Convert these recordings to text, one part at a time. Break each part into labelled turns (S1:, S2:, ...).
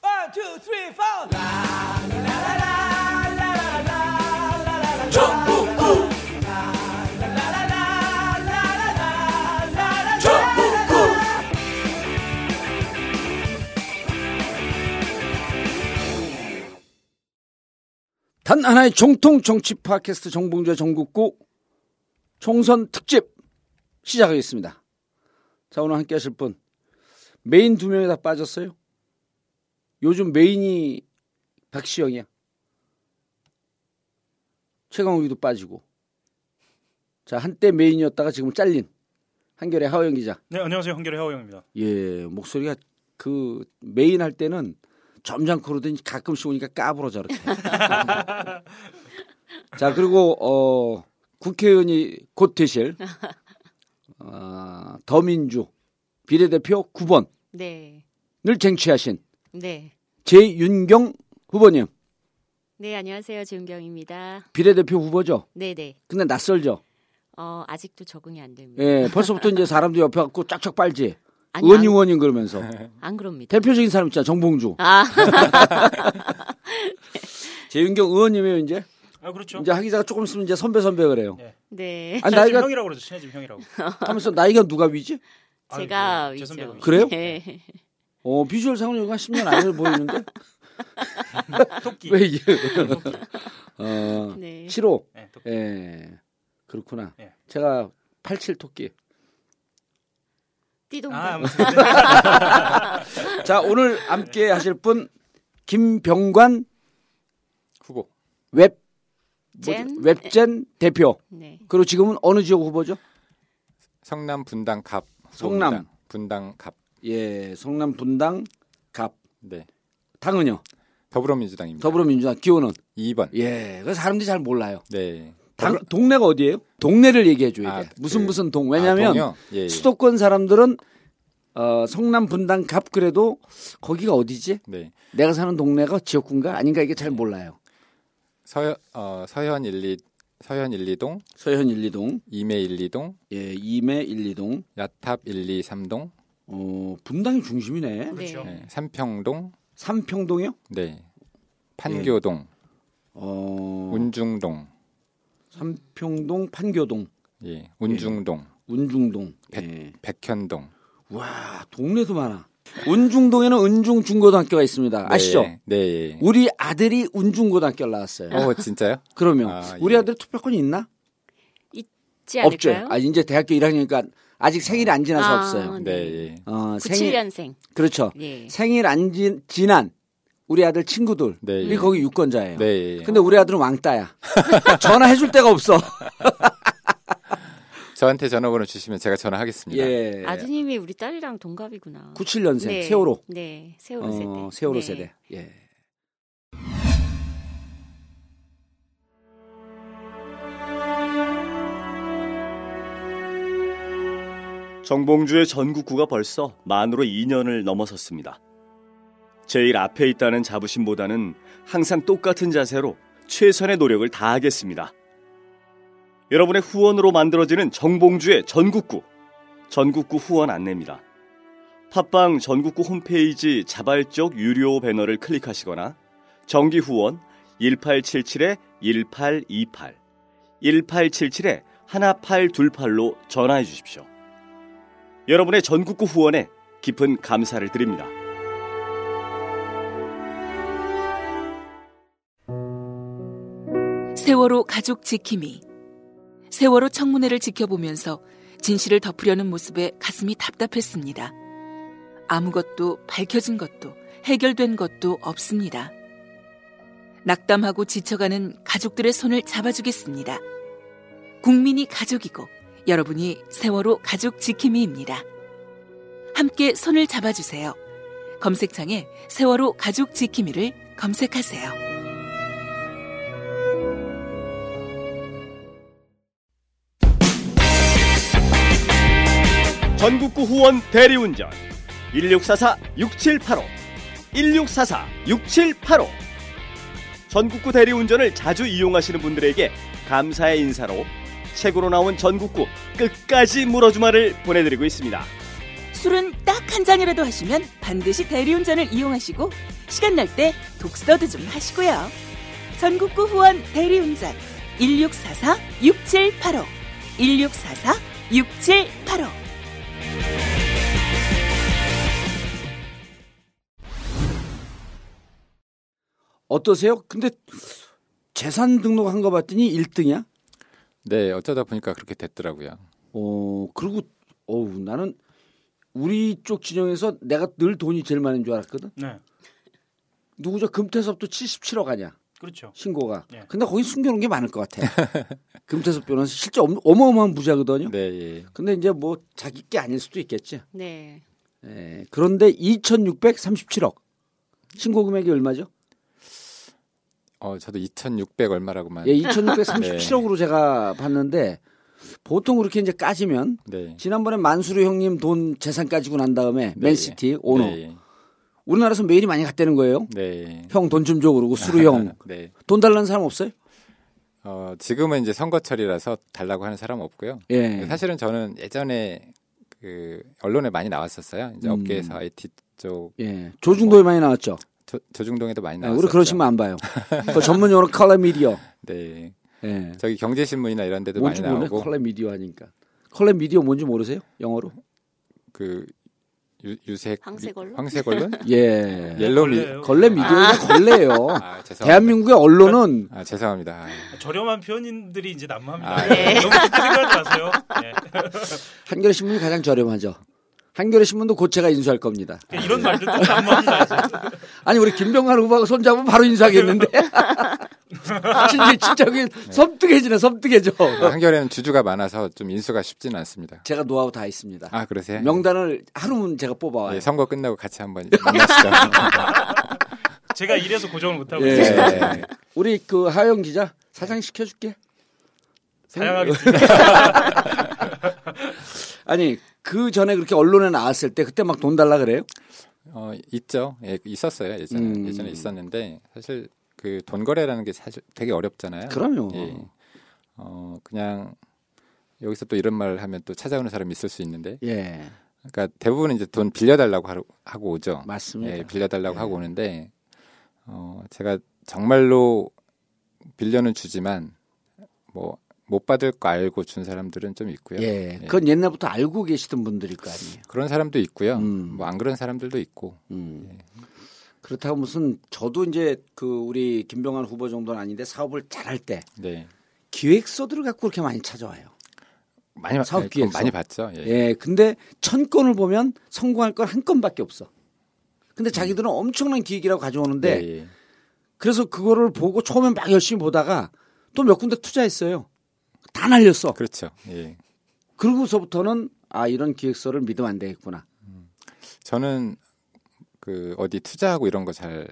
S1: One, two, three, four.
S2: 단 하나의 정통 정치 팟캐스트 정봉주의 전국구 총선 특집 시작하겠습니다. 자 오늘 함께 하실 분 메인 두 명이 다 빠졌어요. 요즘 메인이 박시영이야. 최강욱이도 빠지고 자 한때 메인이었다가 지금 잘린 한결의 하호영 기자
S3: 네 안녕하세요 한결의 하호영입니다.
S2: 예 목소리가 그 메인 할 때는 점잖고로든 가끔씩 오니까 까불어 저렇게. 자 그리고 어 국회의원이 곧 되실 아 더민주 비례대표 9번을
S4: 네,
S2: 쟁취하신
S4: 네,
S2: 제윤경 후보님
S4: 네 안녕하세요 지은경입니다.
S2: 비례대표 후보죠.
S4: 네, 네.
S2: 근데 낯설죠.
S4: 어 아직도 적응이 안 됩니다.
S2: 예 벌써부터 이제 사람도 옆에 갖고 쫙쫙 빨지.
S4: 아니,
S2: 의원
S4: 안-
S2: 의원인 그러면서
S4: 안 그럽니다.
S2: 네. 대표적인 사람 있잖아 정봉주.
S4: 아,
S2: 제윤경 의원님이에요 이제.
S3: 아 그렇죠.
S2: 이제 하기자가 조금 있으면 이제 선배 선배 그래요.
S3: 네.
S4: 네.
S2: 아
S3: 친해진
S2: 나이가
S3: 형이라고 그러죠. 친해진 형이라고.
S2: 하면서 나이가 누가 위지?
S3: 아유,
S4: 제가
S3: 네, 제 선배가
S4: 위죠.
S3: 위죠.
S2: 그래요?
S4: 네.
S2: 어 비주얼 상으로가 10년 안을 보이는데
S3: 토끼.
S2: 왜 이게 어
S4: 네.
S2: 7호
S3: 네, 토끼.
S2: 예 그렇구나
S3: 예.
S2: 제가 87 토끼 뭐,
S3: 아
S4: 띠동갑.
S3: 아무튼
S2: 자 오늘 함께 하실 분 김병관 후보 웹 뭐죠? 뭐,
S4: 젠?
S2: 웹젠 대표
S4: 네.
S2: 그리고 지금은 어느 지역 후보죠?
S5: 성남 분당 갑.
S2: 성남.
S5: 분당, 분당 갑.
S2: 예 성남 분당 갑
S5: 네.
S2: 당은요
S5: 더불어민주당입니다.
S2: 더불어민주당 기호는
S5: 2번.
S2: 예 그래서 사람들이 잘 몰라요
S5: 네.
S2: 당, 동네가 어디예요? 동네를 얘기해 줘야
S5: 아,
S2: 돼 무슨
S5: 그-
S2: 무슨 동
S5: 아,
S2: 왜냐하면
S5: 동요? 예, 예.
S2: 수도권 사람들은 어, 성남 분당 갑 그래도 거기가 어디지?
S5: 네.
S2: 내가 사는 동네가 지역군가 아닌가 이게 잘 몰라요.
S5: 서현 어, 서현 1, 2 서현 1, 2동,
S2: 서현 1, 2동,
S5: 이매 1, 2동,
S2: 예, 임해 1, 2동.
S5: 야탑 1, 2, 3동,
S2: 어, 분당이 중심이네.
S3: 그렇죠.
S4: 네.
S5: 네. 삼평동,
S2: 삼평동이요?
S5: 네. 판교동,
S2: 예. 어,
S5: 운중동.
S2: 삼평동, 판교동,
S5: 예. 운중동,
S2: 운중동.
S5: 백-
S2: 예.
S5: 백현동.
S2: 와, 동네도 많아. 운중동에는 은중 중고등학교가 있습니다.
S5: 네,
S2: 아시죠?
S5: 네. 예.
S2: 우리 아들이 운중고등학교 나왔어요.
S4: 아.
S5: 어, 진짜요?
S2: 그러면
S5: 아, 예.
S2: 우리 아들 투표권이 있나?
S4: 있지
S2: 없죠.
S4: 않을까요?
S2: 아 이제 대학교 1학년이니까 아직 생일이 안 지나서
S4: 네, 아,
S2: 없어요.
S5: 네, 예.
S2: 어, 생일
S4: 97년생.
S2: 그렇죠.
S4: 예.
S2: 생일 안 지, 지난 우리 아들 친구들
S5: 네,
S2: 이
S5: 예.
S2: 거기 유권자예요.
S5: 네. 예.
S2: 근데 우리 아들은 왕따야. 전화해줄 데가 없어.
S5: 저한테 전화번호 주시면 제가 전화하겠습니다.
S2: 예.
S4: 아드님이 우리 딸이랑 동갑이구나.
S2: 97년생
S4: 네.
S2: 세월호.
S4: 네, 세월호
S2: 어,
S4: 세대.
S2: 세월호
S4: 네.
S2: 세대. 예.
S6: 정봉주의 전국구가 벌써 만으로 2년을 넘어섰습니다. 제일 앞에 있다는 자부심보다는 항상 똑같은 자세로 최선의 노력을 다하겠습니다. 여러분의 후원으로 만들어지는 정봉주의 전국구. 전국구 후원 안내입니다. 팟빵 전국구 홈페이지 자발적 유료 배너를 클릭하시거나 정기 후원 1877-1828, 1877-1828로 전화해 주십시오. 여러분의 전국구 후원에 깊은 감사를 드립니다.
S7: 세월호 가족 지킴이 세월호 청문회를 지켜보면서 진실을 덮으려는 모습에 가슴이 답답했습니다. 아무것도 밝혀진 것도 해결된 것도 없습니다. 낙담하고 지쳐가는 가족들의 손을 잡아주겠습니다. 국민이 가족이고 여러분이 세월호 가족 지킴이입니다. 함께 손을 잡아주세요. 검색창에 세월호 가족 지킴이를 검색하세요.
S6: 전국구 후원 대리운전 1644-6785 1644-6785 전국구 대리운전을 자주 이용하시는 분들에게 감사의 인사로 책으로 나온 전국구 끝까지 물어주마를 보내드리고 있습니다.
S7: 술은 딱 한 잔이라도 하시면 반드시 대리운전을 이용하시고 시간 날 때 독서도 좀 하시고요. 전국구 후원 대리운전 1644 6785 1644 6785
S2: 어떠세요? 근데 재산 등록한 거 봤더니 1등이야.
S5: 네, 어쩌다 보니까 그렇게 됐더라고요.
S2: 어 그리고 어우 나는 우리 쪽 진영에서 내가 늘 돈이 제일 많은 줄 알았거든.
S3: 네.
S2: 누구죠? 금태섭도 77억 아니야
S3: 그렇죠.
S2: 신고가.
S3: 네.
S2: 근데 거기 숨겨놓은 게 많을 것 같아. 금태섭 변호사 실제 어마- 어마어마한 부자거든요.
S5: 네, 예.
S2: 근데 이제 뭐 자기 게 아닐 수도 있겠지.
S4: 네.
S2: 예, 그런데 2,637억 신고 금액이 얼마죠?
S5: 어, 저도 2,600 얼마라고만.
S2: 예, 2,637억으로
S5: 네.
S2: 제가 봤는데 보통 그렇게 이제 까지면
S5: 네.
S2: 지난번에 만수르 형님 돈 재산 까지고 난 다음에 맨시티 오너
S5: 네.
S2: 우리나라에서 메일이 많이 갔다는 거예요.
S5: 네.
S2: 형 돈 좀 줘 그러고 수르 형 돈
S5: 네.
S2: 달라는 사람 없어요?
S5: 어, 지금은 이제 선거철이라서 달라고 하는 사람 없고요.
S2: 예.
S5: 네, 사실은 저는 예전에 그 언론에 많이 나왔었어요. 이제
S2: 음.
S5: 업계에서 IT 쪽
S2: 예. 조중도에 많이 나왔죠.
S5: 조, 조중동에도 많이
S2: 예,
S5: 나왔었죠.
S2: 우리 그러시면 안 봐요. 그 전문 용어로 컬러 미디어.
S5: 네.
S2: 예.
S5: 저기 경제신문이나 이런 데도 많이
S2: 뭔지 모르네.
S5: 나오고
S2: 컬러 미디어 하니까. 컬러 미디어 뭔지 모르세요? 영어로?
S5: 그 유, 유색
S4: 황색 언론?
S5: 황색 언론?
S2: 예.
S5: 옐로우 미-
S3: 걸레요.
S2: 걸레 미디어가 걸레예요.
S5: 아, 죄송합니다.
S2: 대한민국의 언론은
S5: 아, 죄송합니다. 아,
S3: 저렴한 표현들이 이제 난무합니다. 네.
S5: 아,
S2: 네.
S3: 너무 깊게 생각하지 마세요. 네.
S2: 한겨레 신문이 가장 저렴하죠. 한겨레 신문도 고체가 인수할 겁니다.
S3: 이런 말들 또 난무합니다. 이제.
S2: 아니 우리 김병관 후보하고 손잡으면 바로 인수하겠는데. 진짜 진짜 그게 섬뜩해지네 섬뜩해져.
S5: 아,
S3: 아.
S5: 한겨레는 주주가 많아서 좀 인수가 쉽지는 않습니다.
S2: 제가 노하우 다 있습니다.
S5: 아,
S3: 네.
S5: 그러세요?
S2: 명단을 하루는 제가 뽑아와요.
S5: 예, 선거 끝나고 같이 한번 만나시죠.
S3: 제가 이래서 고정을 못하고
S2: 예.
S3: 있어요.
S5: 네.
S2: 우리 그 하영 기자 사장 시켜줄게.
S3: 다양하겠습니다.
S2: 아니 그 전에 그렇게 언론에 나왔을 때 그때 막 돈 달라 그래요?
S5: 어, 있죠. 예, 있었어요. 예전에.
S2: 음.
S5: 예전에 있었는데 사실 그 돈 거래라는 게 사실 되게 어렵잖아요.
S2: 그럼요.
S5: 예. 어, 그냥 여기서 또 이런 말을 하면 또 찾아오는 사람이 있을 수 있는데
S2: 예,
S5: 그러니까 대부분 이제 돈 빌려달라고 하러- 하고 오죠.
S2: 맞습니다.
S5: 예, 빌려달라고 하고 오는데 어, 제가 정말로 빌려는 주지만 뭐 못 받을 거 알고 준 사람들은 좀 있고요.
S2: 예, 그건 옛날부터 알고 계시던 분들일 거 아니에요.
S5: 그런 사람도 있고요.
S2: 음.
S5: 뭐 안 그런 사람들도 있고.
S2: 음. 그렇다고 무슨 저도 이제 그 우리 김병환 후보 정도는 아닌데 사업을 잘할 때
S5: 네.
S2: 기획서들을 갖고 그렇게 많이 찾아와요.
S5: 많이 받-
S2: 사업
S5: 예, 그건
S2: 기획서.
S5: 많이 봤죠. 예.
S2: 예, 근데 천 건을 보면 성공할 건 한 건밖에 없어. 근데 자기들은 엄청난 기획이라고 가져오는데
S5: 음. 예, 예.
S2: 그래서 그거를 보고 처음엔 막 열심히 보다가 또 몇 군데 투자했어요. 다 날렸어.
S5: 그렇죠. 예.
S2: 그러고서부터는 아 이런 기획서를 믿으면 안 되겠구나.
S5: 저는 그 어디 투자하고 이런 거 잘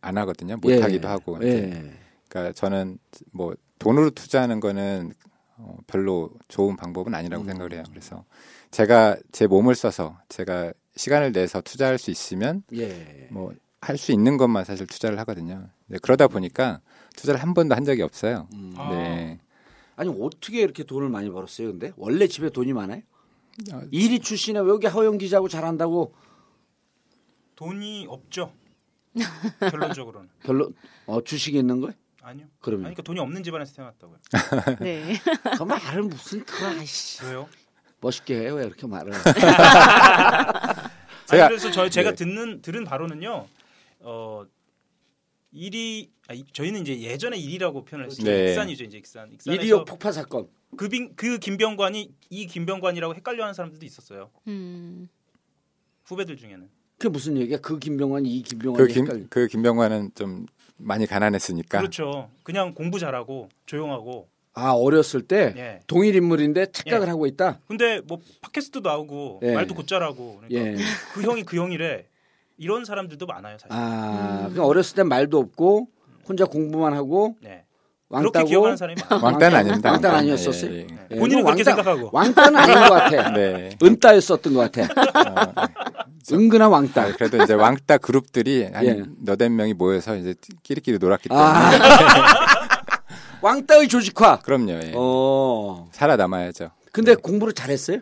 S5: 안 하거든요. 못
S2: 예.
S5: 하기도 하고. 이제
S2: 예.
S5: 그러니까 저는 뭐 돈으로 투자하는 거는 어, 별로 좋은 방법은
S2: 음.
S5: 아니라고 생각을 해요. 그래서 제가 제 몸을 써서 제가 시간을 내서 투자할 수 있으면
S2: 예.
S5: 뭐 할 수 있는 것만 사실 투자를 하거든요. 근데 그러다 보니까 투자를 한 번도 한 적이 없어요.
S2: 음.
S5: 네.
S2: 아니 어떻게 이렇게 돈을 많이 벌었어요? 근데 원래 집에 돈이 많아요? 이리 출신에 왜 여기 하영 기자하고 잘한다고
S3: 돈이 없죠. 결론적으로는
S2: 별로 어, 주식이 있는 거예요?
S3: 아니요. 아니,
S2: 그럼요.
S3: 그러니까 돈이 없는 집안에서 태어났다고요.
S4: 네.
S2: 그 말을 무슨 그 아이씨
S3: 왜요?
S2: 멋있게 해요 왜 이렇게 말을?
S5: 제가-
S3: 아니, 그래서 저
S2: 예.
S3: 제가 듣는 들은 바로는요. 어 일이 아, 이- 저희는 이제 예전에 일이라고 표현을 했죠.
S5: 네.
S3: 익산이죠, 이제 익산. 익산에서
S2: 이리오 폭파 사건.
S3: 그빈 그 김병관이 이 김병관이라고 헷갈려하는 사람들도 있었어요.
S4: 음.
S3: 후배들 중에는.
S2: 그게 무슨 얘기야? 그 김병환이 이 김병환이
S5: 그,
S2: 헷갈려.
S5: 김, 그 김병관은 좀 많이
S2: 그러니까.
S5: 가난했으니까.
S3: 그렇죠. 그냥 공부 잘하고 조용하고.
S2: 아 어렸을 때
S3: 예.
S2: 동일 인물인데 착각을
S3: 예.
S2: 하고 있다.
S3: 근데 뭐 팟캐스트도 나오고
S2: 예.
S3: 말도 곧잘하고 그러니까
S2: 예.
S3: 그 형이 그 형이래. 이런 사람들도 많아요, 사실.
S2: 아
S3: 음.
S2: 그냥 어렸을 땐 말도 없고 혼자 공부만 하고
S3: 네. 그렇게
S2: 왕따고
S3: 기억하는 사람이 많아요.
S5: 왕따는 아닙니다.
S2: 왕따는
S5: 왕따.
S2: 아니었었어요?
S5: 예, 예.
S3: 네. 본인은
S2: 왕따-
S3: 그렇게 생각하고.
S2: 왕따는 아닌 것 같아.
S5: 네.
S2: 은따였었던 것 같아.
S5: 어,
S2: 은근한 왕따.
S5: 아, 그래도 이제 왕따 그룹들이 한
S2: 예.
S5: 너댓 명이 모여서 이제 끼리끼리 놀았기 때문에
S2: 아 왕따의 조직화.
S5: 그럼요. 예. 네.
S2: 어.
S5: 살아남아야죠.
S2: 근데 공부를 잘했어요?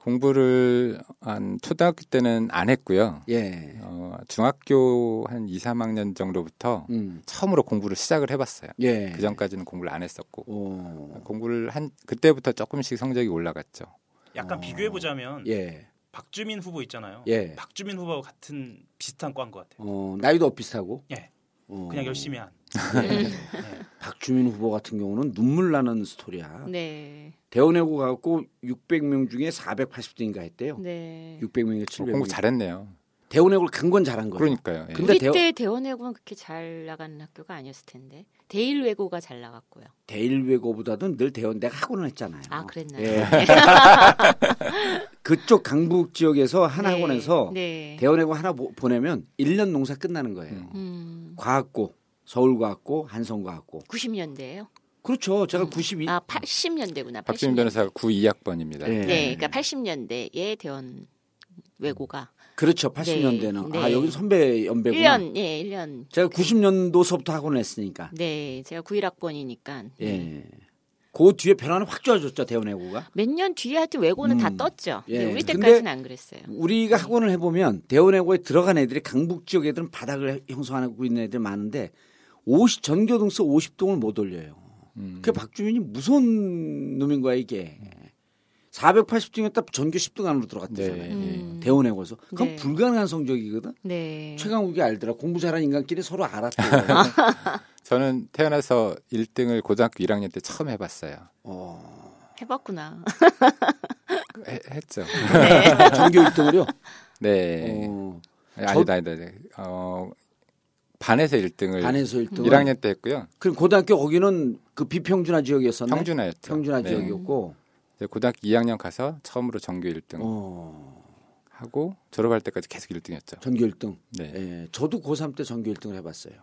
S5: 공부를 한 초등학교 때는 안 했고요.
S2: 예.
S5: 어, 중학교 한 2, 3학년 정도부터
S2: 음.
S5: 처음으로 공부를 시작을 해봤어요.
S2: 예. 어.
S5: 그 전까지는 공부를 안 했었고
S2: 오.
S5: 공부를 한 그때부터 조금씩 성적이 올라갔죠.
S3: 약간
S2: 어.
S3: 비교해 보자면
S2: 예.
S3: 박주민 후보 있잖아요.
S2: 예.
S3: 박주민 후보와 같은 비슷한 과인 것 같아요.
S2: 어, 나이도 비슷하고.
S3: 예.
S2: 어. 예.
S3: 그냥 열심히 한. 네.
S2: 박주민 후보 같은 경우는 눈물 나는 스토리야.
S4: 네.
S2: 대원외고 가고 600명 중에 480등인가 했대요.
S4: 네.
S2: 600명에
S5: 어,
S2: 700명.
S5: 공부 잘했네요.
S2: 대원외고를 간 건 잘한 거예요.
S5: 그러니까요. 예.
S2: 근데
S4: 우리
S2: 대원-
S4: 때 대원외고는 그렇게 잘 나가는 학교가 아니었을 텐데 대일외고가 잘 나갔고요.
S2: 대일외고보다는 늘 대원 내가 학원을 했잖아요.
S4: 아 그랬나요?
S2: 예. 그쪽 강북 지역에서 한
S4: 네.
S2: 학원에서
S4: 네.
S2: 대원외고 하나 보- 보내면 1년 농사 끝나는 거예요.
S5: 음.
S4: 음,
S2: 과학고, 서울과학고, 한성과학고.
S4: 90년대예요.
S2: 그렇죠. 제가 92.
S4: 아 80년대구나.
S5: 박주민 변호사가 92학번입니다.
S2: 예.
S4: 네, 그러니까 80년대에 대원외고가
S2: 그렇죠. 80년대는
S4: 네,
S2: 아
S4: 네.
S2: 여기 선배 연배구나.
S4: 1년 예, 1년.
S2: 제가 90년도서부터 학원을 했으니까.
S4: 네, 제가 91학번이니까.
S2: 예. 그 뒤에 변화는 확 좋아졌죠 대원외고가.
S4: 몇 년 뒤에 하여튼 외고는 다
S2: 음.
S4: 떴죠.
S2: 예.
S4: 네, 우리
S2: 근데- 음,
S4: 때까지는 안 그랬어요.
S2: 우리가 학원을 해보면 대원외고에 들어간 애들이 강북 지역 애들은 바닥을 형성하고 있는 애들 많은데 50 전교동서 50동을 못 올려요.
S5: 음.
S2: 그 박주민이 무서운 놈인 거야 이게. 480등에 딱 전교 10등 안으로 들어갔대잖아요.
S5: 네.
S4: 음.
S2: 대원외고에서 그건
S4: 네.
S2: 불가능한 성적이거든.
S4: 네. 아.
S2: 최강욱이 알더라. 공부 잘하는 인간끼리 서로 알았대.
S5: 저는 태어나서 1등을 고등학교 1학년 때 처음 해봤어요.
S2: 어.
S4: 해봤구나.
S5: 그, 해- 했죠.
S2: 전교 1등을요.
S5: 네.
S2: 어.
S5: 아니다, 아니다. 아니다. 어, 반에서 1등을
S2: 반에서 1등.
S5: 1학년 때 했고요.
S2: 그럼 고등학교 거기는 그 비평준화 지역이었었나?
S5: 평준화였죠.
S2: 네. 평준화
S5: 네.
S2: 지역이었고.
S5: 이제 고등학교 2학년 가서 처음으로 전교 1등
S2: 어.
S5: 하고 졸업할 때까지 계속 1등이었죠.
S2: 전교 1등.
S5: 네.
S2: 예. 저도 고3 때 전교 1등을 해 봤어요.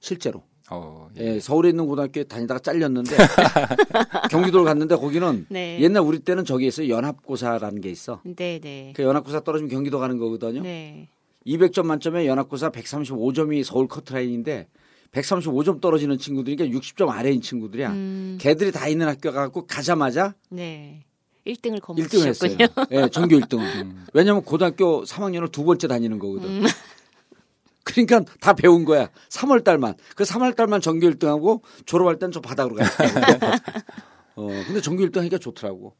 S2: 실제로.
S5: 어, 예.
S2: 예, 서울에 있는 고등학교에 다니다가 잘렸는데 경기도를 갔는데 거기는
S4: 네.
S2: 옛날 우리 때는 저기 있어요. 연합고사라는 게 있어.
S4: 네, 네.
S2: 그 연합고사 떨어지면 경기도 가는 거거든요.
S4: 네.
S2: 200점 만점에 연합고사 135점이 서울 커트라인인데 135점 떨어지는 친구들이니까 60점 아래인 친구들이야.
S4: 음,
S2: 걔들이 다 있는 학교 가고 가자마자
S4: 네. 1등을
S2: 1등을 했어요.
S4: 거머쥐셨군요.
S2: 예, 전교 1등.
S5: 음.
S2: 왜냐면 고등학교 3학년을 두 번째 다니는 거거든. 그러니까 다 배운 거야. 3월 달만. 그 3월 달만 전교 1등하고 졸업할 땐 저 바닥으로 가. 어, 근데 전교 1등 하니까 좋더라고.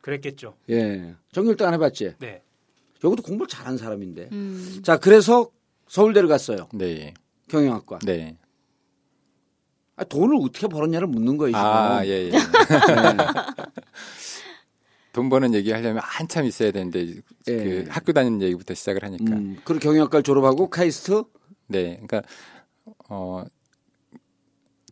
S3: 그랬겠죠.
S2: 예. 전교 1등 안 해봤지?
S3: 네.
S2: 여기도 공부를 잘한 사람인데.
S4: 음,
S2: 자, 그래서 서울대를 갔어요.
S5: 네.
S2: 경영학과.
S5: 네.
S2: 아, 돈을 어떻게 벌었냐를 묻는 거예요.
S5: 아,
S2: 지금.
S5: 예, 예. 돈 버는 얘기 하려면 한참 있어야 되는데
S2: 예.
S5: 그 학교 다니는 얘기부터 시작을 하니까.
S2: 음, 그리고 경영학과를 졸업하고 카이스트
S5: 네. 그러니까 어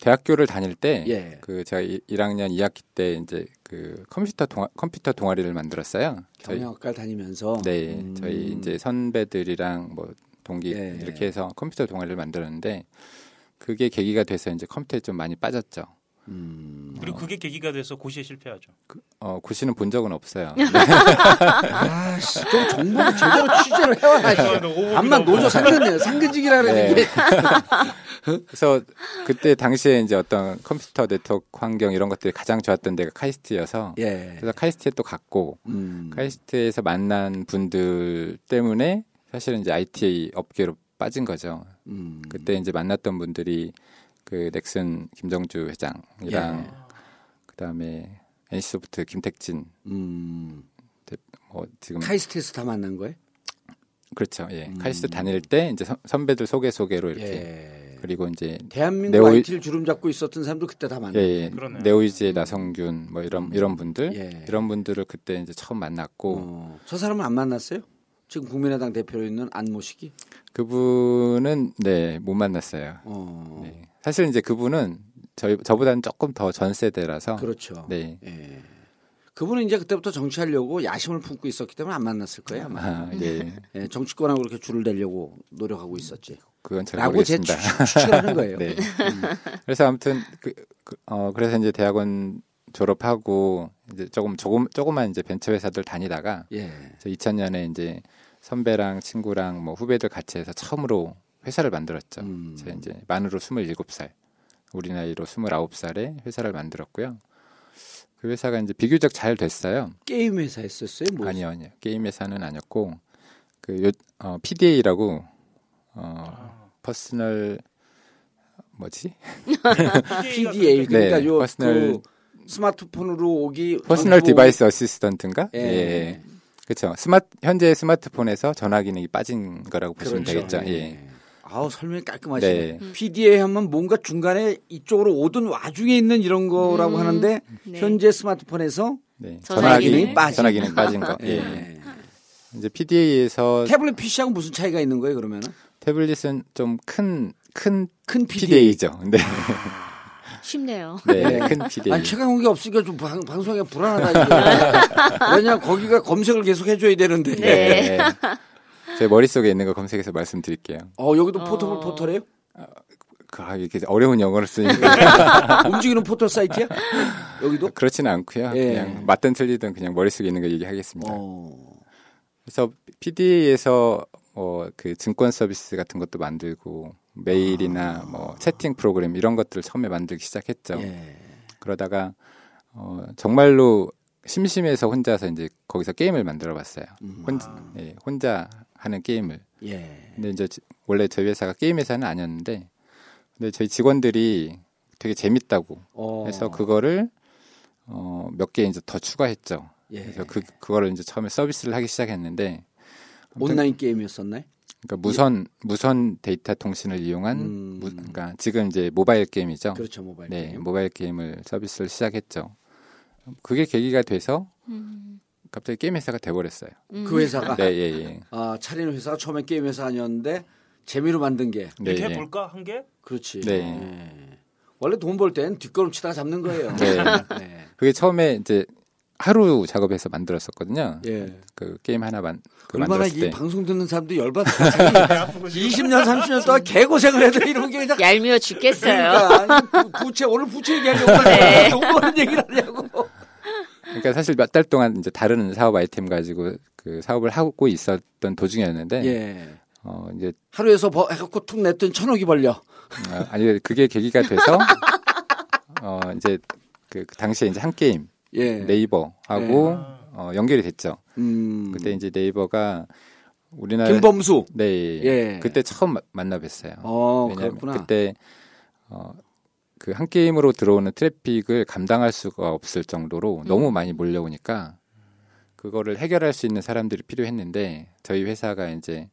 S5: 대학교를 다닐 때 그
S2: 예.
S5: 제가 1학년 2학기 때 이제 그 컴퓨터 동아, 컴퓨터 동아리를 만들었어요. 저희
S2: 경영학과를 다니면서
S5: 네,
S2: 음,
S5: 저희 이제 선배들이랑 뭐 동기
S2: 예.
S5: 이렇게 해서 컴퓨터 동아리를 만들었는데 그게 계기가 돼서 이제 컴퓨터에 좀 많이 빠졌죠.
S2: 음.
S3: 그리고 그게 계기가 돼서 고시에 실패하죠.
S5: 어, 고시는 본 적은 없어요. 네,
S2: 아씨, 좀 정보를 제대로 취재를 해와라. 씨.
S3: 그러니까
S2: 암만 노조 상근이에요. 상근직이라는
S5: 그러니까 뭐. 네.
S2: 얘기.
S5: 그래서 그때 당시에 이제 어떤 컴퓨터 네트워크 환경 이런 것들이 가장 좋았던 데가 카이스트여서
S2: 예.
S5: 그래서 카이스트에 또 갔고
S2: 음.
S5: 카이스트에서 만난 분들 때문에 사실은 이제 IT 업계로 빠진 거죠.
S2: 음.
S5: 그때 이제 만났던 분들이 그 넥슨 김정주 회장이랑
S2: 예.
S5: 그다음에 NC소프트 김택진
S2: 음.
S5: 뭐
S2: 그-
S5: 지금
S2: 카이스트에서 다 만난 거예요?
S5: 그렇죠. 예.
S2: 음.
S5: 카이스트 다닐 때 이제 선- 선배들 소개 소개로 이렇게
S2: 예.
S5: 그리고 이제
S2: 대한민국
S5: 네오이-
S2: IT를 주름 잡고 있었던 사람도 그때 다 만난
S5: 예,
S2: 거예요.
S5: 예.
S3: 그러네요.
S5: 네오이지의 나성균 뭐 이런 이런 분들
S2: 음. 예.
S5: 이런 분들을 그때 이제 처음 만났고
S2: 어, 저 사람은 안 만났어요? 지금 국민의당 대표로 있는 안모식이?
S5: 그분은 네 못 만났어요.
S2: 어.
S5: 네. 사실 이제 그분은 저희 저보다는 조금 더 전 세대라서
S2: 그렇죠.
S5: 네.
S2: 예. 그분은 이제 그때부터 정치하려고 야심을 품고 있었기 때문에 안 만났을 거예요. 아마.
S5: 아, 예.
S2: 예, 정치권하고 그렇게 줄을 대려고 노력하고 있었지.
S5: 그건 잘
S2: 라고 음. 제
S5: 모르겠습니다.
S2: 추- 추측하는 거예요.
S5: 네. 그래서 아무튼 그, 그- 어, 그래서 이제 대학원 졸업하고 이제 조금 조금 조그만 이제 벤처 회사들 다니다가
S2: 예.
S5: 저 2000년에 이제 선배랑 친구랑 뭐 후배들 같이 해서 처음으로 회사를 만들었죠.
S2: 음.
S5: 제가 이제 만으로 27살, 우리 나이로 29살에 회사를 만들었고요. 그 회사가 이제 비교적 잘 됐어요.
S2: 게임 회사였었어요? 뭐
S5: 아니요, 아니요. 게임 회사는 아니었고 그 요, 어, PDA라고 어,
S2: 아.
S5: 퍼스널 뭐지?
S2: PDA 그러니까
S5: 네,
S2: 요그
S5: 퍼스널-
S2: 스마트폰으로 오기
S5: 퍼스널
S2: 전후-
S5: 디바이스 어시스턴트인가?
S2: 뭐 예.
S5: 예. 그렇죠. 스마트 현재 스마트폰에서 전화 기능이 빠진 거라고 보시면
S2: 그렇죠.
S5: 되겠죠. 예.
S2: 아우 설명이 깔끔하시네.
S5: 네.
S4: 음.
S2: PDA 하면 뭔가 중간에 이쪽으로 오든 와중에 있는 이런 거라고
S4: 음,
S2: 하는데
S4: 네.
S2: 현재 스마트폰에서
S5: 네.
S4: 전화
S5: 전화
S4: 기능이
S5: 기능
S2: 빠진-
S5: 전화 기능 빠진 거. 예.
S2: 예.
S5: 이제 PDA에서
S2: 태블릿 PC하고 무슨 차이가 있는 거예요 그러면은?
S5: 태블릿은 좀 큰 큰
S2: 큰 PDA.
S5: PDA죠. 네.
S4: 쉽네요.
S5: 네, 큰 PDA.
S2: 아니 최강욱이 없으니까 좀 방, 방송에 불안하다. 이거. 왜냐 거기가 검색을 계속 해줘야 되는데. 예.
S5: 네. 제 머릿속에 있는 거 검색해서 말씀드릴게요.
S2: 어 여기도 포털
S4: 어.
S2: 포털이에요?
S5: 그, 아, 이렇게 어려운 영어를 쓰니까
S2: 네. 움직이는 포털 사이트야? 여기도?
S5: 그렇지는 않고요.
S2: 예.
S5: 그냥 맞든 틀리든 그냥 머릿속에 있는 거 얘기하겠습니다.
S2: 어.
S5: 그래서 PDA에서 뭐 그 증권 서비스 같은 것도 만들고 메일이나 뭐 채팅 프로그램 이런 것들을 처음에 만들기 시작했죠.
S2: 아. 예.
S5: 그러다가 어, 정말로 심심해서 혼자서 이제 거기서 게임을 만들어봤어요. 혼자, 예, 혼자 하는 게임을.
S2: 음. 아. 예.
S5: 근데 이제 지- 원래 저희 회사가 게임 회사는 아니었는데, 근데 저희 직원들이 되게 재밌다고
S2: 어.
S5: 해서 그거를 어, 몇 개 이제 더 추가했죠.
S2: 예.
S5: 그래서 그 그거를 이제 처음에 서비스를 하기 시작했는데, 아무튼
S2: 온라인 게임이었었나요?
S5: 그러니까 무선 무선 데이터 통신을 이용한
S2: 예. 음.
S5: 무, 그러니까 지금 이제 모바일 게임이죠.
S2: 그렇죠 모바일
S5: 네,
S2: 게임.
S5: 모바일 게임을 서비스를 시작했죠. 그게 계기가 돼서
S4: 음.
S5: 갑자기 게임 회사가 돼버렸어요.
S4: 음.
S2: 그 회사가
S5: 네, 예, 예.
S2: 아, 차린 회사가 처음에 게임 회사 아니었는데 재미로 만든 게
S5: 네,
S3: 이렇게
S5: 예.
S3: 해볼까 한 게?
S2: 그렇지.
S5: 네.
S2: 예. 원래 돈 벌 땐 뒷걸음치다 가 잡는 거예요.
S5: 네.
S2: 네.
S5: 그게 처음에 이제 하루 작업해서 만들었었거든요.
S2: 예.
S5: 그 게임 하나만 그
S2: 얼마나
S5: 만들었을
S2: 이
S5: 때.
S2: 방송 듣는 사람도 열받아. 20년, 30년 동안 개고생을 해도 이런 게 그냥
S4: 얄미워 죽겠어요.
S2: 그러니까 아니, 부- 부채 오늘 부채 얘기하려고
S5: 네.
S2: 하는데 돈 버는 얘기를 하려고.
S5: 그러니까 사실 몇 달 동안 이제 다른 사업 아이템 가지고 그 사업을 하고 있었던 도중이었는데
S2: 예.
S5: 어 이제
S2: 하루에서 버, 해갖고 툭 냈더니 천억이 벌려.
S5: 아, 아니 그게 계기가 돼서 어 이제 그, 그 당시에 이제 한 게임
S2: 예.
S5: 네. 네이버하고 어, 연결이 됐죠.
S2: 음.
S5: 그때 이제 네이버가 우리나라
S2: 김범수.
S5: 네
S2: 예.
S5: 그때 처음 마- 만나뵀어요.
S2: 어,
S5: 왜냐면
S2: 그렇구나.
S5: 그때 어, 그 한 게임으로 들어오는 트래픽을 감당할 수가 없을 정도로
S2: 음.
S5: 너무 많이 몰려오니까 그거를 해결할 수 있는 사람들이 필요했는데 저희 회사가 이제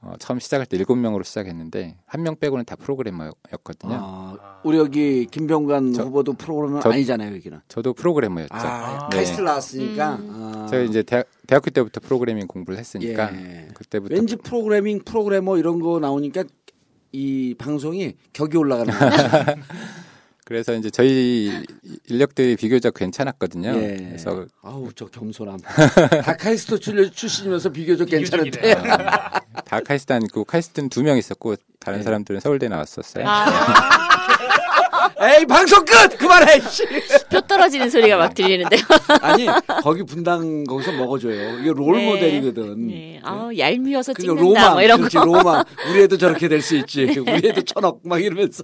S5: 어, 처음 시작할 때 일곱 명으로 시작했는데 한 명 빼고는 다 프로그래머였거든요.
S2: 아, 우리 여기 김병관
S5: 저-
S2: 후보도 프로그램은
S5: 저-
S2: 아니잖아요, 여기는.
S5: 저도 프로그래머였죠.
S2: 아,
S5: 네.
S2: 카이스트 나왔으니까. 아,
S5: 제가 이제 대학, 대학교 때부터 프로그래밍 공부를 했으니까
S2: 예.
S5: 그때부터
S2: 왠지 프로그래밍, 프로그래머 이런 거 나오니까 이 방송이 격이 올라가는 거죠.
S5: 그래서 이제 저희 인력들이 비교적 괜찮았거든요.
S2: 예.
S5: 그래서
S2: 아우 저 겸손함. 다 카이스트 출- 출신이면서 비교적 괜찮은데. 아.
S3: 비교적이네요.
S5: 다그 카이스트 아니고 카이스트는 두 명 있었고
S2: 예.
S5: 다른 사람들은 서울대 나왔었어요.
S4: 아,
S2: 에이 방송 끝 그만해. 씨.
S4: 표 떨어지는 소리가 막 들리는데요.
S2: 아니 거기 분당 거기서 먹어줘요. 이게 롤
S4: 네.
S2: 모델이거든.
S4: 네. 아, 얄미워서
S2: 그러니까
S4: 찍는다.
S2: 로망,
S4: 뭐 이런
S2: 그렇지
S4: 거.
S2: 로망. 우리 애도 저렇게 될 수 있지. 우리 애도 천억 막 이러면서.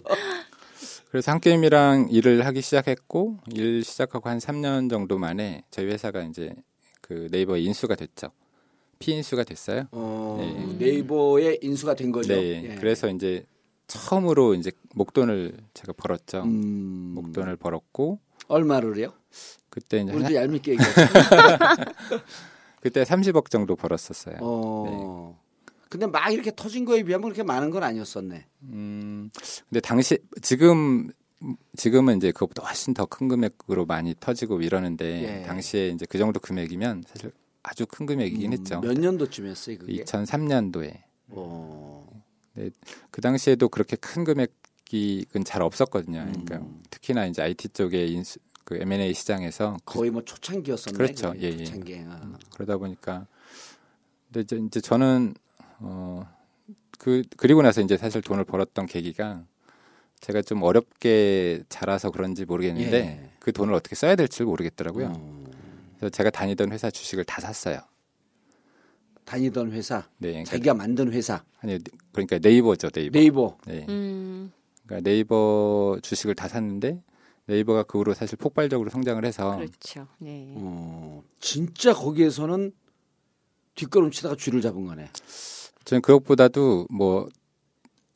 S5: 그래서 한 게임이랑 일을 하기 시작했고 일 시작하고 한 3년 정도 만에 저희 회사가 이제 그 네이버 인수가 됐죠. 피인수가 됐어요.
S2: 어,
S5: 네.
S2: 네이버에 인수가 된 거죠.
S5: 네.
S2: 예.
S5: 그래서 이제 처음으로 이제 목돈을 제가 벌었죠.
S2: 음,
S5: 목돈을 벌었고
S2: 얼마를요?
S5: 그때 이제 한-
S2: 우리도 얄밉게 얘기했어.
S5: 그때 30억 정도 벌었었어요.
S2: 어. 근데 막 이렇게 터진 거에 비하면 그렇게 많은 건 아니었었네.
S5: 음, 근데 당시 지금 지금은 이제 그것보다 훨씬 더 큰 금액으로 많이 터지고 이러는데
S2: 예.
S5: 당시에 이제 그 정도 금액이면 사실 아주 큰 금액이긴 했죠.
S2: 음, 몇 년도쯤이었어요, 그게?
S5: 2003년도에
S2: 어.
S5: 그 당시에도 그렇게 큰 금액은 잘 없었거든요. 그러니까 특히나 이제 IT 쪽의 인수, 그 M&A 시장에서 그-
S2: 거의 뭐 초창기였었네.
S5: 그렇죠.
S2: 그게.
S5: 예, 예.
S2: 초창기. 아.
S5: 그러다 보니까 근데 이제, 이제 저는 어, 그 그리고 나서 이제 사실 돈을 벌었던 계기가 제가 좀 어렵게 자라서 그런지 모르겠는데
S2: 예.
S5: 그 돈을 어떻게 써야 될지 모르겠더라고요.
S2: 어.
S5: 그래서 제가 다니던 회사 주식을 다 샀어요.
S2: 다니던 회사,
S5: 네, 그러니까,
S2: 자기가 만든 회사,
S5: 아니 그러니까 네이버죠 네이버.
S2: 네이버.
S5: 네.
S4: 음.
S5: 그러니까 네이버 주식을 다 샀는데 네이버가 그 후로 사실 폭발적으로 성장을 해서
S4: 그렇죠. 네.
S2: 어, 진짜 거기에서는 뒷걸음치다가 쥐를 잡은 거네.
S5: 저는 그것보다도 뭐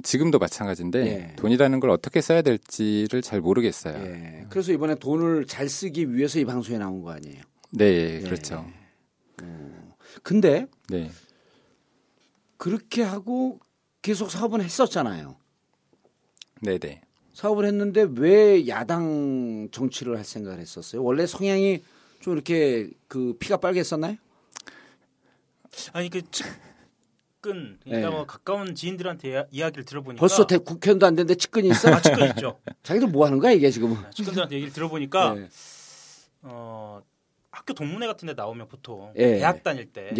S5: 지금도 마찬가지인데
S2: 예.
S5: 돈이라는 걸 어떻게 써야 될지를 잘 모르겠어요.
S2: 예. 그래서 이번에 돈을 잘 쓰기 위해서 이 방송에 나온 거 아니에요.
S5: 네, 그렇죠.
S2: 근데
S5: 네,
S2: 그렇게 하고 계속 사업은 했었잖아요.
S5: 네, 네.
S2: 사업을 했는데 왜 야당 정치를 할 생각을 했었어요? 원래 성향이 좀 이렇게 그 피가 빨개었나요?
S3: 아니 그 측근
S2: 네.
S3: 그러니까 뭐 가까운 지인들한테 이야- 이야기를 들어보니까
S2: 벌써 대, 국회의원도 안 됐는데 측근이 있어?
S3: 아 측근 있죠.
S2: 자기들 뭐 하는 거야 이게 지금?
S3: 아, 측근들한테 얘기를 들어보니까
S2: 예.
S3: 어 학교 동문회 같은 데 나오면 보통
S2: 예.
S3: 대학 다닐 때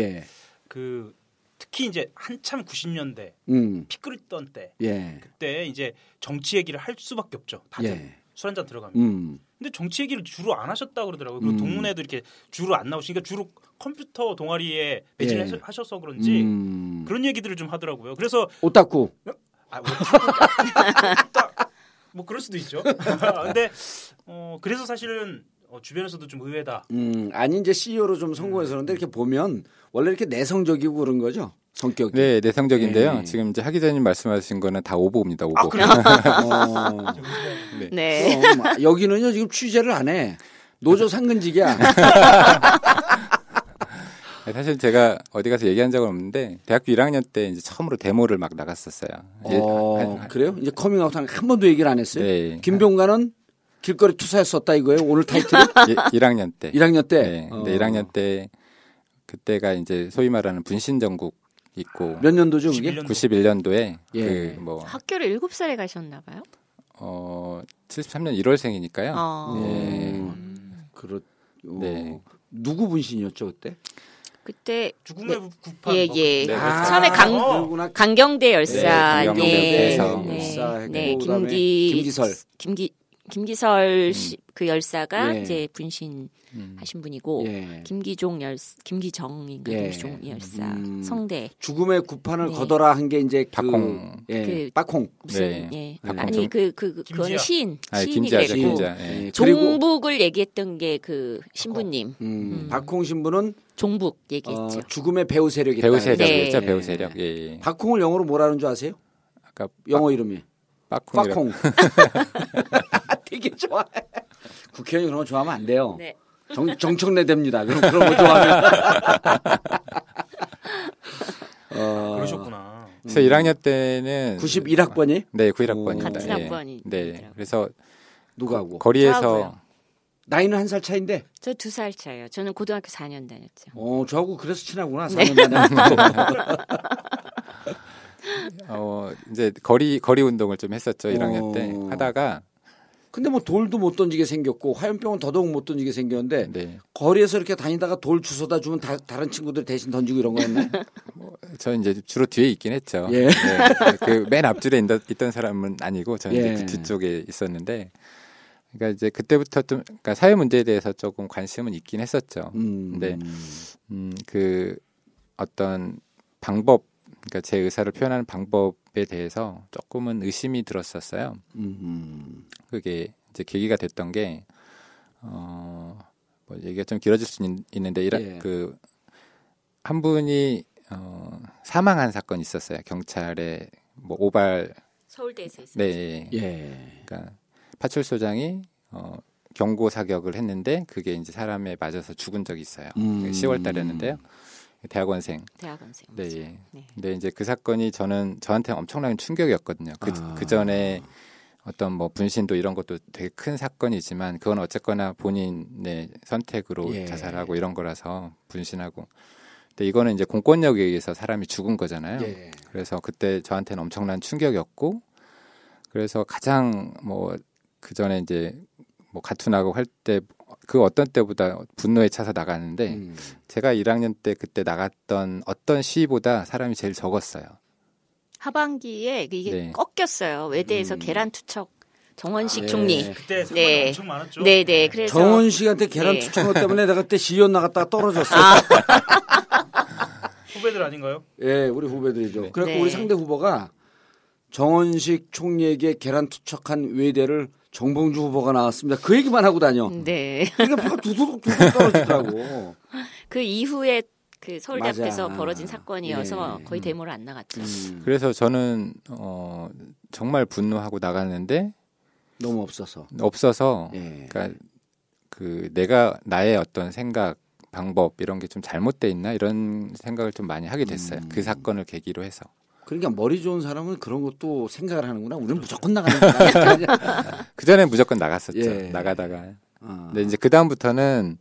S3: 그
S2: 예.
S3: 특히 이제 한참 90년대
S2: 음.
S3: 피끓던 때
S2: 예.
S3: 그때 이제 정치 얘기를 할 수밖에 없죠. 다들
S2: 예.
S3: 술 한잔 들어가면.
S2: 음.
S3: 근데 정치 얘기를 주로 안 하셨다 그러더라고요. 그리고
S2: 음.
S3: 동문회도 이렇게 주로 안 나오시니까 주로 컴퓨터 동아리에 매진을
S2: 예.
S3: 하셔서 그런지
S2: 음.
S3: 그런 얘기들을 좀 하더라고요. 그래서
S2: 오타쿠.
S3: 아, 뭐, 딱- 딱- 뭐 그럴 수도 있죠. 아, 근데 어, 그래서 사실은 어, 주변에서도 좀 의외다.
S2: 음. 아니 이제 CEO로 좀 성공해서 그런데 이렇게 보면 원래 이렇게 내성적이고 그런 거죠 성격이.
S5: 네, 내성적인데요.
S2: 네.
S5: 지금 이제 하 기자님 말씀하신 거는 다 오보입니다. 오보.
S4: 아,
S2: 어.
S4: 네.
S2: 그럼 여기는요 지금 취재를 안 해. 노조 상근직이야.
S5: 사실 제가 어디 가서 얘기한 적은 없는데 대학교 1학년 때 이제 처음으로 데모를 막 나갔었어요. 예,
S2: 어,
S5: 한- 한-
S2: 그래요? 이제 커밍아웃 한한 번도 얘기를 안 했어요.
S5: 네.
S2: 김병관은 길거리 투사였었다 이거예요. 오늘 타이틀
S5: 예, 1학년 때.
S2: 1학년 때. 어.
S5: 네, 근데 1학년 때 그때가 이제 소위 말하는 분신 전국 있고
S2: 몇 년도죠 그게?
S3: 91년.
S5: 91년도에
S2: 예.
S5: 그뭐
S4: 학교를 일곱 살에 가셨나 봐요.
S5: 어, 73년 1월생이니까요.
S4: 어.
S5: 예.
S2: 어, 그렇. 어,
S5: 네.
S2: 누구 분신이었죠 그때?
S4: 그때
S3: 죽음의 구판
S4: 예,
S3: 뭐
S4: 예.
S5: 네,
S2: 아,
S4: 처음에 강-
S2: 그러구나.
S4: 강경대 열사,
S5: 네, 강경대
S4: 예,
S5: 열사.
S2: 열사
S4: 네, 네,
S2: 했고 그다음에
S4: 김기,
S2: 김기설.
S4: 김기, 김기설 씨, 그 열사가
S2: 예.
S4: 이제 분신
S5: 음.
S4: 하신 분이고
S2: 예.
S4: 김기종 열, 김기정인가
S2: 예.
S4: 김기종 열사,
S2: 음.
S4: 성대
S2: 죽음의 구판을
S4: 네.
S2: 거더라 한 게 이제 그-
S5: 박홍.
S2: 예,
S4: 그-
S2: 박홍.
S4: 무슨 예,
S5: 네. 박홍
S4: 아니
S5: 좀-
S4: 그 그 그, 그건
S3: 김지아.
S4: 시인,
S5: 아,
S4: 시인이
S5: 김지아죠,
S4: 됐고
S5: 김지아. 예.
S2: 예, 그리고
S4: 종북을 얘기했던 게 그 신부님
S2: 음, 박홍 신부는
S4: 종북
S2: 어,
S4: 얘기했죠.
S2: 죽음의 배우 세력이
S5: 배우 세력이었죠.
S4: 네.
S5: 배우 세력. 예, 예.
S2: 박홍을 영어로 뭐라는 줄 아세요?
S5: 아까
S2: 영어 이름이
S5: 빡콩이라고
S2: 빡콩. 되게 좋아해. 국회의원이 그런 거 좋아하면 안 돼요.
S4: 네.
S2: 정, 정청래 됩니다. 그럼 그런 거 좋아하면. 어,
S3: 그러셨구나.
S5: 그래서 1학년 때는
S2: 91학번이
S5: 네, 91학번입니다.
S4: 같은 학번이
S5: 네.
S4: 되더라고요.
S5: 그래서
S2: 누구하고?
S5: 거리에서
S4: 저하고요.
S2: 나이는 한 살 차인데.
S4: 저 두 살 차예요. 저는 고등학교 4년 다녔죠.
S2: 어, 저하고 그래서 친하구나.
S5: 네.
S2: 4년 만에.
S5: 어, 이제 거리 거리 운동을 좀 했었죠. 1학년 때
S2: 어.
S5: 하다가
S2: 근데 뭐 돌도 못 던지게 생겼고 화염병은 더더욱 못 던지게 생겼는데
S5: 네.
S2: 거리에서 이렇게 다니다가 돌 주워다 주면 다, 다른 친구들 대신 던지고 이런 거였나?
S5: 네. 저 이제 주로 뒤에 있긴 했죠.
S2: 예.
S5: 그 맨 앞줄에 있던, 있던 사람은 아니고 저는
S2: 예.
S5: 이제 그 뒤쪽에 있었는데 그러니까 이제 그때부터 좀 그러니까 사회 문제에 대해서 조금 관심은 있긴 했었죠.
S2: 음.
S5: 근데 음, 그 어떤 방법 그러니까 제 의사를 표현하는 방법에 대해서 조금은 의심이 들었었어요.
S2: 음.
S5: 그게 이제 계기가 됐던 게 어, 뭐 얘기가 좀 길어질 수 있는데 이라
S2: 예.
S5: 그한 분이 어, 사망한 사건이 있었어요. 경찰에 뭐 오발
S4: 서울대에서 있었죠.
S5: 네.
S2: 예.
S5: 그러니까 파출소장이 어, 경고 사격을 했는데 그게 이제 사람에 맞아서 죽은 적이 있어요.
S2: 음.
S5: 10월 달이었는데요. 대학원생.
S4: 대학원생.
S5: 네,
S4: 맞아요.
S5: 예.
S4: 네.
S5: 근데 이제 그 사건이 저는 저한테 엄청난 충격이었거든요. 그,
S2: 아.
S5: 그 전에 어떤 뭐 분신도 이런 것도 되게 큰 사건이지만 그건 어쨌거나 본인의 선택으로
S2: 예.
S5: 자살하고 이런 거라서 분신하고. 근데 이거는 이제 공권력에 의해서 사람이 죽은 거잖아요.
S2: 예.
S5: 그래서 그때 저한테는 엄청난 충격이었고 그래서 가장 뭐 그 전에 이제 뭐 가투나고 할 때 그 어떤 때보다 분노에 차서 나갔는데
S2: 음.
S5: 제가 1학년 때 그때 나갔던 어떤 시위보다 사람이 제일 적었어요.
S4: 하반기에 그 이게
S5: 네.
S4: 꺾였어요. 외대에서
S2: 음.
S4: 계란 투척 정원식
S2: 예.
S4: 총리.
S3: 그때 사건
S4: 네.
S3: 엄청 많았죠.
S4: 네, 네. 그래서
S2: 정원 씨한테 계란
S4: 네.
S2: 투척 때문에 내가 그때 시연 나갔다가 떨어졌어.
S4: 아.
S3: 후배들 아닌가요?
S2: 예, 우리 후배들이죠. 그래갖고
S4: 네.
S2: 우리 상대 후보가 정원식 총리에게 계란 투척한 외대를 정봉주 후보가 나왔습니다. 그 얘기만 하고 다녀.
S4: 네.
S2: 근데 바가 두두둑 두둑 떨어지더라고.
S4: 그 이후에 그 서울대
S2: 맞아.
S4: 앞에서 벌어진 사건이어서
S2: 예.
S4: 거의 데모를 안 나갔죠.
S2: 음,
S5: 그래서 저는 어, 정말 분노하고 나갔는데
S2: 너무 없어서.
S5: 없어서
S2: 예.
S5: 그러니까 그 내가 나의 어떤 생각 방법 이런 게 좀 잘못돼 있나 이런 생각을 좀 많이 하게 됐어요.
S2: 음.
S5: 그 사건을 계기로 해서.
S2: 그러니까 머리 좋은 사람은 그런 것도 생각을 하는구나. 우리는 무조건 나가는 거야.
S5: 그 전에 무조건 나갔었죠.
S2: 예.
S5: 나가다가.
S2: 아,
S5: 근데 이제 그 다음부터는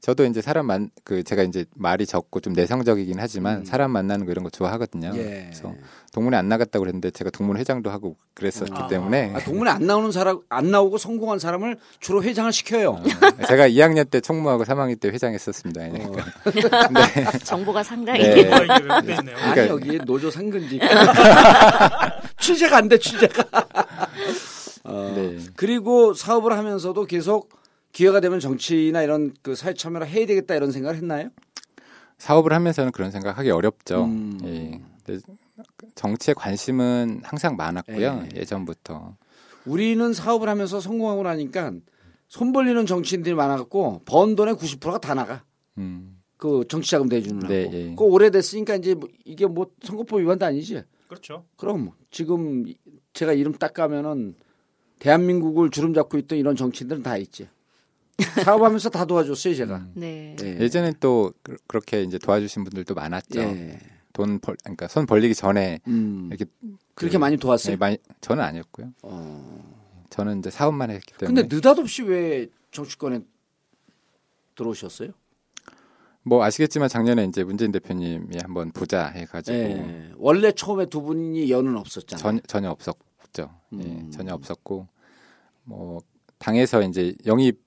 S5: 저도 이제 사람 만 그 제가 이제 말이 적고 좀 내성적이긴 하지만
S2: 음.
S5: 사람 만나는 거 이런 거 좋아하거든요.
S2: 예.
S5: 그래서 동문회 안 나갔다고 그랬는데 제가 동문 회장도 하고 그랬었기
S3: 아.
S5: 때문에
S2: 아, 동문에 안 나오는 사람 안 나오고 성공한 사람을 주로 회장을
S5: 아.
S2: 시켜요.
S5: 제가 2학년 때 총무하고 3학년 때 회장했었습니다.
S2: 어.
S5: 그러니까
S4: 정보가 상당히
S5: 네.
S3: 어, 이게 왜 붙어 있네요.
S2: 아니
S5: 그러니까-
S2: 여기 노조 상근지 취재가 안 돼 취재가. 어,
S5: 네.
S2: 그리고 사업을 하면서도 계속 기회가 되면 정치나 이런 그 사회 참여를 해야 되겠다 이런 생각을 했나요?
S5: 사업을 하면서는 그런 생각하기 어렵죠.
S2: 음.
S5: 예. 근데 정치에 관심은 항상 많았고요.
S2: 예.
S5: 예. 전부터
S2: 우리는 사업을 하면서 성공하고 나니까 손 벌리는 정치인들이 많아갖고 번 돈의 90%가 다 나가.
S5: 음.
S2: 그 정치자금 대주느라고.
S5: 네, 예.
S2: 그 오래됐으니까 이제 뭐 이게 뭐 선거법 위반도 아니지.
S3: 그렇죠.
S2: 그럼 지금 제가 이름 딱 가면은 대한민국을 주름 잡고 있던 이런 정치인들은 다 있지. 사업하면서 다 도와줬어요
S5: 음.
S2: 제가.
S4: 네.
S2: 예.
S5: 예전엔 또 그- 그렇게 이제 도와주신 분들도 많았죠.
S2: 예.
S5: 돈 벌, 그러니까 손 벌리기 전에
S2: 음.
S5: 이렇게
S2: 그렇게
S5: 그-
S2: 많이
S5: 예,
S2: 도왔어요. 어.
S5: 많이 저는 아니었고요. 저는 이제 사업만 했기 때문에
S2: 근데 느닷없이 왜 정치권에 들어오셨어요?
S5: 뭐 아시겠지만 작년에 이제 문재인 대표님이 한번 보자 해가지고
S2: 예. 원래 처음에 두 분이 연은 없었잖아요.
S5: 전, 전혀 없었죠.
S2: 음.
S5: 예, 전혀 없었고 뭐 당에서 이제 영입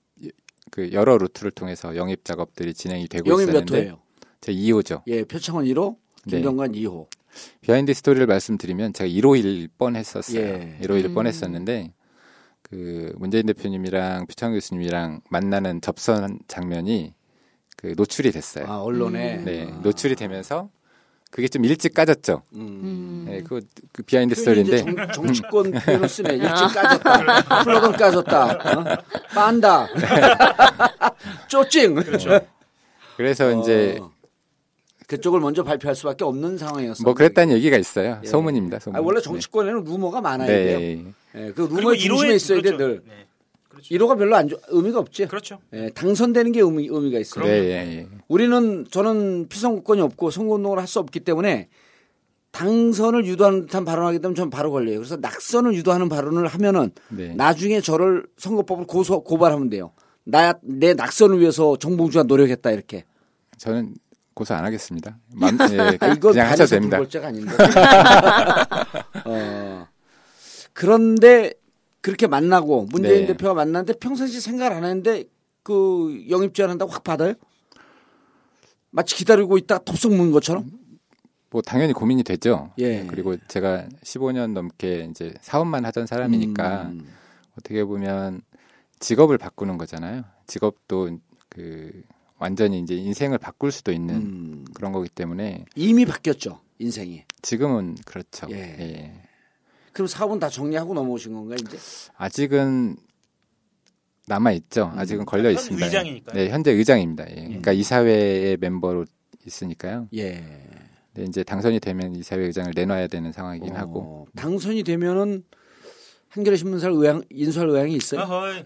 S5: 그 여러 루트를 통해서 영입 작업들이 진행이 되고
S2: 영입 몇
S5: 있었는데
S2: 호예요?
S5: 제 2호죠.
S2: 예, 표창원 1호,
S5: 네.
S2: 김정관 2호.
S5: 비하인드 스토리를 말씀드리면 제가 1호일 뻔했었어요.
S2: 예.
S5: 1호일
S4: 음.
S5: 뻔했었는데 그 문재인 대표님이랑 표창 교수님이랑 만나는 접선 장면이 그 노출이 됐어요.
S2: 아, 언론에
S4: 음.
S5: 네,
S2: 아.
S5: 노출이 되면서 그게 좀 일찍 까졌죠.
S2: 음.
S4: 음.
S5: 네, 그거 그 비하인드
S2: 표현이 이제
S5: 스토리인데
S2: 정, 정치권 표현을 쓰네. 일찍 까졌다. 플러건 까졌다. 어? 빤다. 쪼찡.
S5: 그래서 이제
S2: 어, 그쪽을 먼저 발표할 수밖에 없는 상황이었어요.
S5: 뭐 그랬다는 얘기가 있어요. 소문입니다. 소문.
S2: 아, 원래 정치권에는 루머가
S5: 네.
S2: 많아야 돼요.
S5: 네.
S2: 예, 그
S3: 그리고
S2: 루머의 중심에
S3: 이로에
S2: 있어야 돼 늘.
S3: 네. 그렇죠.
S2: 1호가 별로 안 좋- 의미가 없지.
S3: 그렇죠.
S2: 예, 당선되는 게 의미, 의미가 있어요.
S5: 네, 예, 예.
S2: 우리는 저는 피선거권이 없고 선거운동을 할 수 없기 때문에 당선을 유도하는 듯한 발언하게 되면 전 바로 걸려요. 그래서 낙선을 유도하는 발언을 하면은
S5: 네.
S2: 나중에 저를 선거법으로 고소 고발하면 돼요. 나 내 낙선을 위해서 정봉주가 노력했다 이렇게.
S5: 저는 고소 안 하겠습니다. 맘, 예,
S2: 아, 이건
S5: 그냥
S2: 반에서
S5: 하셔도 됩니다.
S2: 불골자가 아닌데. 어, 그런데 그렇게 만나고 문재인
S5: 네.
S2: 대표가 만났는데 평상시 생각을 안 했는데 그 영입 제안한다고 확 받아요? 마치 기다리고 있다가 톱속 문 것처럼?
S5: 뭐 당연히 고민이 되죠. 네,
S2: 예.
S5: 그리고 제가 15년 넘게 이제 사업만 하던 사람이니까
S2: 음.
S5: 어떻게 보면 직업을 바꾸는 거잖아요. 직업도 그 완전히 이제 인생을 바꿀 수도 있는
S2: 음.
S5: 그런 거기 때문에
S2: 이미 바뀌었죠 인생이.
S5: 지금은 그렇죠.
S2: 예.
S5: 예.
S2: 그럼 사업은 다 정리하고 넘어오신 건가 이제?
S5: 아직은 남아 있죠.
S2: 음.
S5: 아직은 걸려
S3: 현
S5: 있습니다.
S3: 의장이니까요.
S5: 네, 현재 의장입니다. 예. 그러니까 이사회의 멤버로 있으니까요.
S2: 예.
S5: 근데 이제 당선이 되면 이사회 의장을 내놔야 되는 상황이긴
S2: 어,
S5: 하고.
S2: 당선이 되면은 한겨레 신문사를 의향, 인수할 의향이 있어요.
S3: 어허이.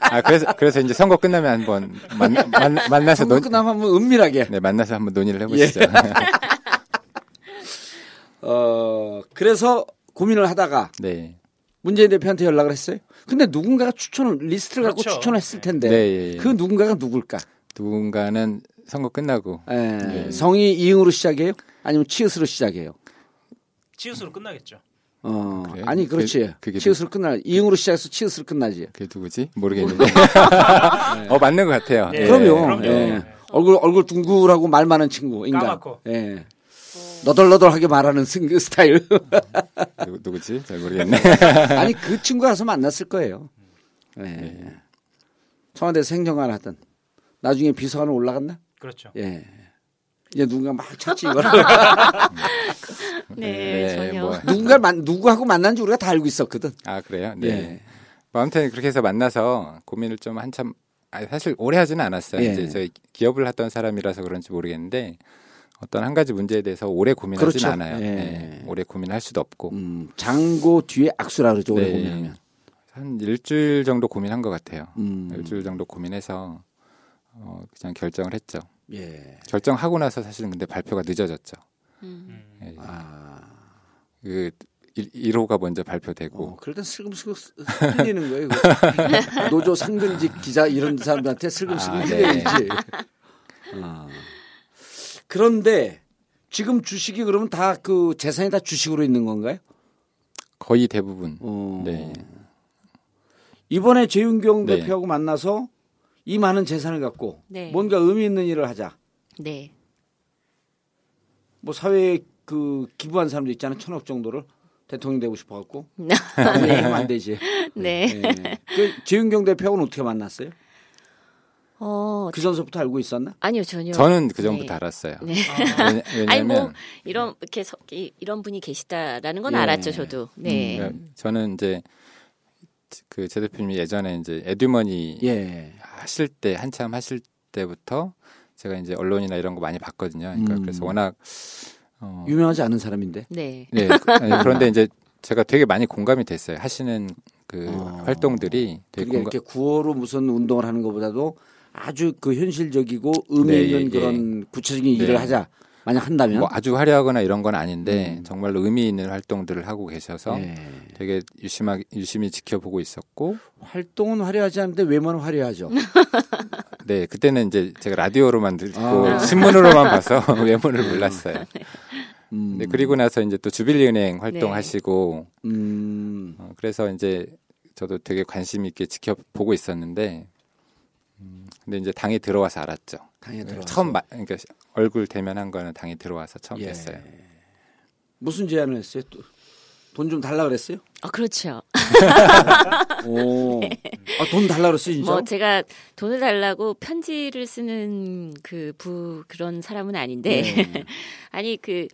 S5: 아 그래서 그래서 이제 선거 끝나면 한번 만, 나서
S2: 선거
S5: 논,
S2: 끝나면 예. 한번 은밀하게.
S5: 네 만나서 한번 논의를 해보시죠.
S2: 어 그래서 고민을 하다가
S5: 네.
S2: 문재인 대표한테 연락을 했어요. 근데 누군가가 추천을 리스트를 갖고
S3: 그렇죠.
S2: 추천을 했을 텐데
S5: 네. 예, 예.
S2: 그 누군가가 누굴까?
S5: 누군가는 선거 끝나고
S2: 에,
S5: 네.
S2: 성이 이응으로 시작해요? 아니면 치읓으로 시작해요?
S3: 치우스로 끝나겠죠.
S2: 어,
S5: 그래요?
S2: 아니 그렇지.
S5: 그- 그게
S2: 치읓으로 끝나. 이응으로 시작해서 치읓으로 끝나지.
S5: 그게 누구지 모르겠는데. 어 맞는 것 같아요.
S3: 예.
S2: 뭐. 그럼요.
S3: 그럼요.
S2: 예.
S3: 예.
S2: 얼굴 얼굴 둥글하고 말 많은 친구 인간.
S3: 까맣고.
S2: 예. 너덜너덜하게 말하는 승- 스타일.
S5: 누구, 누구지 잘 모르겠네.
S2: 아니 그 친구가 가서 만났을 거예요. 예.
S5: 네.
S2: 청와대에서 행정관 하던 나중에 비서관으로 올라갔나?
S3: 그렇죠.
S2: 예. 이제 누군가 막 찾지 이걸.
S4: 네, 전혀.
S5: 뭐. 네,
S2: 뭐.
S4: 네,
S2: 누군가 만 누구하고 만난지 우리가 다 알고 있었거든.
S5: 아 그래요. 네.
S2: 예.
S5: 뭐 아무튼 그렇게 해서 만나서 고민을 좀 한참 아, 사실 오래 하지는 않았어요.
S2: 예.
S5: 이제 저희 기업을 했던 사람이라서 그런지 모르겠는데 어떤 한 가지 문제에 대해서 오래 고민하진
S2: 그렇죠.
S5: 않아요.
S2: 예.
S5: 예, 오래 고민할 수도 없고
S2: 음, 장고 뒤에 악수라 그러죠. 오래
S5: 네.
S2: 고민하면.
S5: 한 일주일 정도 고민한 것 같아요.
S2: 음,
S5: 일주일 정도 고민해서 어, 그냥 결정을 했죠.
S2: 예.
S5: 결정하고 나서 사실은 근데 발표가 늦어졌죠.
S4: 음.
S5: 예.
S2: 아,
S5: 그 1호가 먼저 발표되고
S2: 어, 그럴 땐 슬금슬금 쓰- 흘리는 거예요. 이거. 노조 상근직 기자 이런 사람들한테 슬금슬금
S5: 아, 네.
S2: 흘려야지. 아. 그런데 지금 주식이 그러면 다 그 재산이 다 주식으로 있는 건가요?
S5: 거의 대부분
S2: 어.
S5: 네.
S2: 이번에 재윤경
S5: 네.
S2: 대표하고 만나서 이 많은 재산을 갖고
S4: 네.
S2: 뭔가 의미 있는 일을 하자.
S4: 네.
S2: 뭐 사회에 그 기부한 사람도 있잖아요. 천억 정도를 대통령 되고 싶어 갖고. 하면 안 되지.
S4: 네.
S2: 예. 그 재윤경 대표하고는 어떻게 만났어요?
S4: 어,
S2: 그 전서부터 알고 있었나?
S4: 아니요, 전혀.
S5: 저는 그 전부터
S4: 네.
S5: 알았어요.
S4: 네.
S5: 왜냐-
S4: 아니 뭐
S5: 왜냐면
S4: 이런 이렇게 서, 이- 이런 분이 계시다라는 건
S2: 예.
S4: 알았죠, 저도. 네.
S5: 그러니까 저는 이제 그 제 대표님이 예전에 이제 에듀머니
S2: 예.
S5: 하실 때 한참 하실 때부터 제가 이제 언론이나 이런 거 많이 봤거든요. 그러니까
S2: 음.
S5: 그래서 워낙 어,
S2: 유명하지 않은 사람인데.
S4: 네.
S5: 네. 그- 아니, 그런데 이제 제가 되게 많이 공감이 됐어요. 하시는 그
S2: 어.
S5: 활동들이 되게
S2: 그러니까
S5: 공감,
S2: 이렇게 구호로 무슨 운동을 하는 것보다도 아주 그 현실적이고 의미
S5: 네,
S2: 있는
S5: 예,
S2: 그런 구체적인
S5: 네.
S2: 일을 하자. 만약 한다면.
S5: 뭐 아주 화려하거나 이런 건 아닌데 정말로 의미 있는 활동들을 하고 계셔서
S2: 음. 예.
S5: 되게 유심하게 유심히 지켜보고 있었고
S2: 활동은 화려하지 않은데 외모는 화려하죠.
S5: 네 그때는 이제 제가 라디오로만 듣고
S2: 아.
S5: 신문으로만 봐서 외모를 몰랐어요.
S2: 음,
S5: 네, 그리고 나서 이제 또
S4: 네.
S5: 주빌리은행 활동하시고
S2: 음,
S5: 어, 그래서 이제 저도 되게 관심 있게 지켜보고 있었는데 음, 근데 이제 당이 들어와서 알았죠.
S2: 당에
S4: 네.
S2: 들어.
S5: 처음 마, 그러니까 시- 얼굴 대면한 거는 당이 들어와서 처음
S2: 예.
S5: 됐어요.
S2: 무슨 제안을 했어요? 돈 좀 달라 그랬어요?
S4: 아, 그렇죠.
S2: 오, 아, 돈 달라 그랬어요 진짜?
S4: 뭐 제가 돈을 달라고 편지를 쓰는 그 부 그런 사람은 아닌데
S2: 네.
S4: 아니 그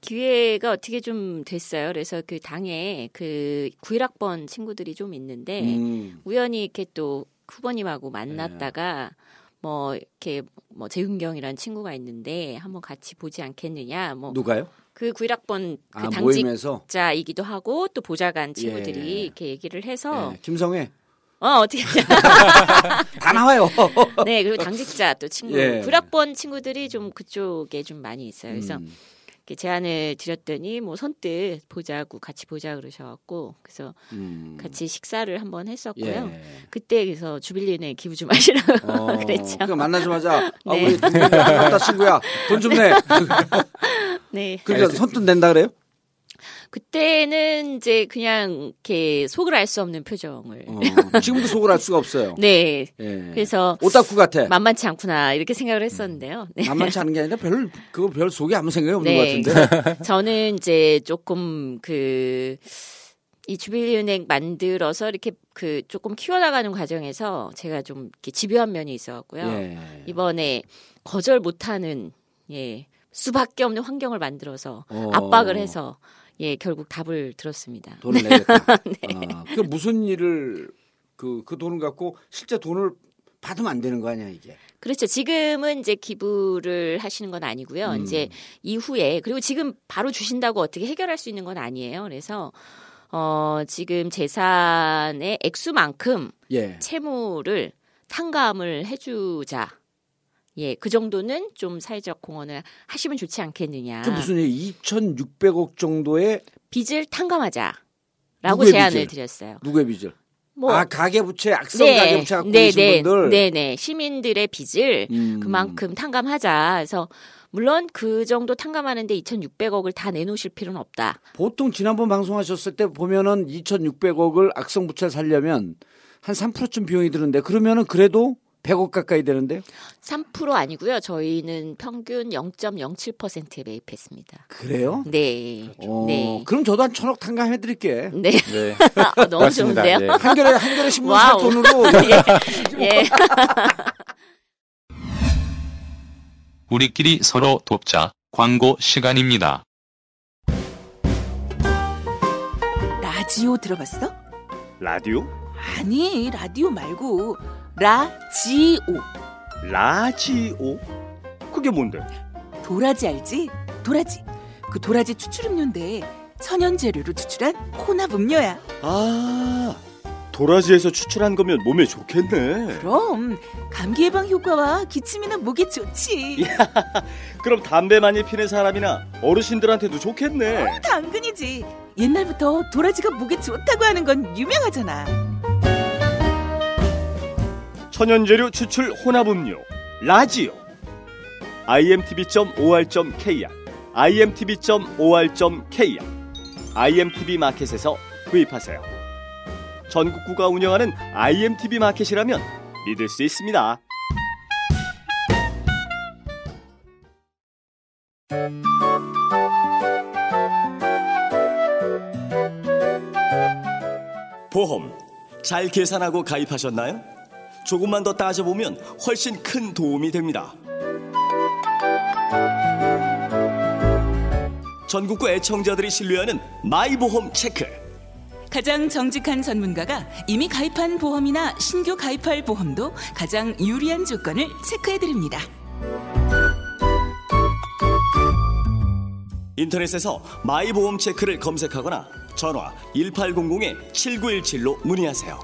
S4: 기회가 어떻게 좀 됐어요. 그래서 그 당에 그 91학번 친구들이 좀 있는데
S2: 음,
S4: 우연히 이렇게 또 후보님하고 만났다가
S2: 네.
S4: 뭐 이렇게 뭐 재윤경이라는 친구가 있는데 한번 같이 보지 않겠느냐 뭐
S2: 누가요?
S4: 그 91학번 그
S2: 아 모임에서
S4: 당직자이기도 하고 또 보좌관 친구들이
S2: 예.
S4: 이렇게 얘기를 해서
S2: 예, 김성애
S4: 어 어떻게
S2: 다 나와요.
S4: 네 그리고 당직자 또 친구
S2: 예.
S4: 91학번 친구들이 좀 그쪽에 좀 많이 있어요. 그래서
S2: 음,
S4: 이렇게 제안을 드렸더니 뭐 선뜻 보자고 같이 보자 그러셔갖고 그래서
S2: 음,
S4: 같이 식사를 한번 했었고요.
S2: 예.
S4: 그때 그래서 주빌리에 기부 좀 하시라고
S2: 어,
S4: 그랬죠.
S2: 그러니까 만나자마자 아,
S4: 네.
S2: 우리 동생이 반갑다 친구야 돈 좀 내.
S4: 네.
S2: 그러니까 선뜻 낸다 그래요?
S4: 그때는 이제 그냥 이렇게 속을 알 수 없는 표정을.
S2: 어, 지금도 속을 알 수가 없어요.
S4: 네.
S2: 예. 네.
S4: 그래서
S2: 오타쿠 같아.
S4: 만만치 않구나 이렇게 생각을 했었는데요. 네.
S2: 만만치 않은 게 아니라 별 그거 별 속에 아무 생각이 없는
S4: 네.
S2: 것 같은데.
S4: 저는 이제 조금 그. 이 주빌리은행 만들어서 이렇게 그 조금 키워나가는 과정에서 제가 좀 이렇게 집요한 면이 있어갖고요.
S2: 예.
S4: 이번에 거절 못하는 예 수밖에 없는 환경을 만들어서
S2: 어.
S4: 압박을 해서 예 결국 답을 들었습니다.
S2: 돈을 내겠다.
S4: 네.
S2: 아, 그 무슨 일을 그, 그 돈을 갖고 실제 돈을 받으면 안 되는 거 아니야 이게.
S4: 그렇죠. 지금은 이제 기부를 하시는 건 아니고요.
S2: 음.
S4: 이제 이후에 그리고 지금 바로 주신다고 어떻게 해결할 수 있는 건 아니에요. 그래서 어 지금 재산의 액수만큼
S2: 예.
S4: 채무를 탕감을 해주자. 예, 그 정도는 좀 사회적 공헌을 하시면 좋지 않겠느냐.
S2: 그 무슨 일 2,600억 정도의
S4: 빚을 탕감하자라고
S2: 누구의
S4: 제안을
S2: 빚을?
S4: 드렸어요.
S2: 누구의 빚을?
S4: 뭐
S2: 아 가계부채 악성 가계부채 갖고 계신
S4: 네,
S2: 분들.
S4: 네, 네. 시민들의 빚을
S2: 음.
S4: 그만큼 탕감하자. 그래서 물론 그 정도 탕감하는데 2,600억을 다 내놓으실 필요는 없다.
S2: 보통 지난번 방송하셨을 때 보면은 2,600억을 악성 부채를 살려면 한 3%쯤 비용이 드는데 그러면은 그래도 100억 가까이 되는데
S4: 3% 아니고요. 저희는 평균 0.07%에 매입했습니다.
S2: 그래요?
S4: 네.
S2: 어,
S4: 네.
S2: 그럼 저도 한 천억 탕감해 드릴게.
S4: 네.
S5: 네.
S4: 아, 너무
S5: 고맙습니다.
S2: 네.
S4: 좋은데요.
S5: 예.
S2: 한겨레 한겨레 신문 살
S4: 와우.
S2: 돈으로
S4: 예.
S1: 우리끼리 서로 돕자. 광고 시간입니다.
S7: 라디오 들어봤어?
S6: 라디오?
S7: 아니 라디오 말고 라지오
S6: 라지오? 그게 뭔데?
S7: 도라지 알지? 도라지 그 도라지 추출음료인데 천연 재료로 추출한 혼합 음료야
S6: 아, 도라지에서 추출한 거면 몸에 좋겠네.
S7: 그럼 감기 예방 효과와 기침이나 목에 좋지
S6: 그럼 담배 많이 피는 사람이나 어르신들한테도 좋겠네.
S7: 당근이지 옛날부터 도라지가 목에 좋다고 하는 건 유명하잖아
S6: 천연재료 추출 혼합음료 라지오. imtb.or.kr imtb.or.kr imtb 마켓에서 구입하세요. 전국구가 운영하는 imtb 마켓이라면 믿을 수 있습니다. 보험 잘 계산하고 가입하셨나요? 조금만 더 따져보면 훨씬 큰 도움이 됩니다. 전국구 애청자들이 신뢰하는 마이보험 체크.
S7: 가장 정직한 전문가가 이미 가입한 보험이나 신규 가입할 보험도 가장 유리한 조건을 체크해드립니다.
S6: 인터넷에서 마이보험 체크를 검색하거나 전화 1800-7917로 문의하세요.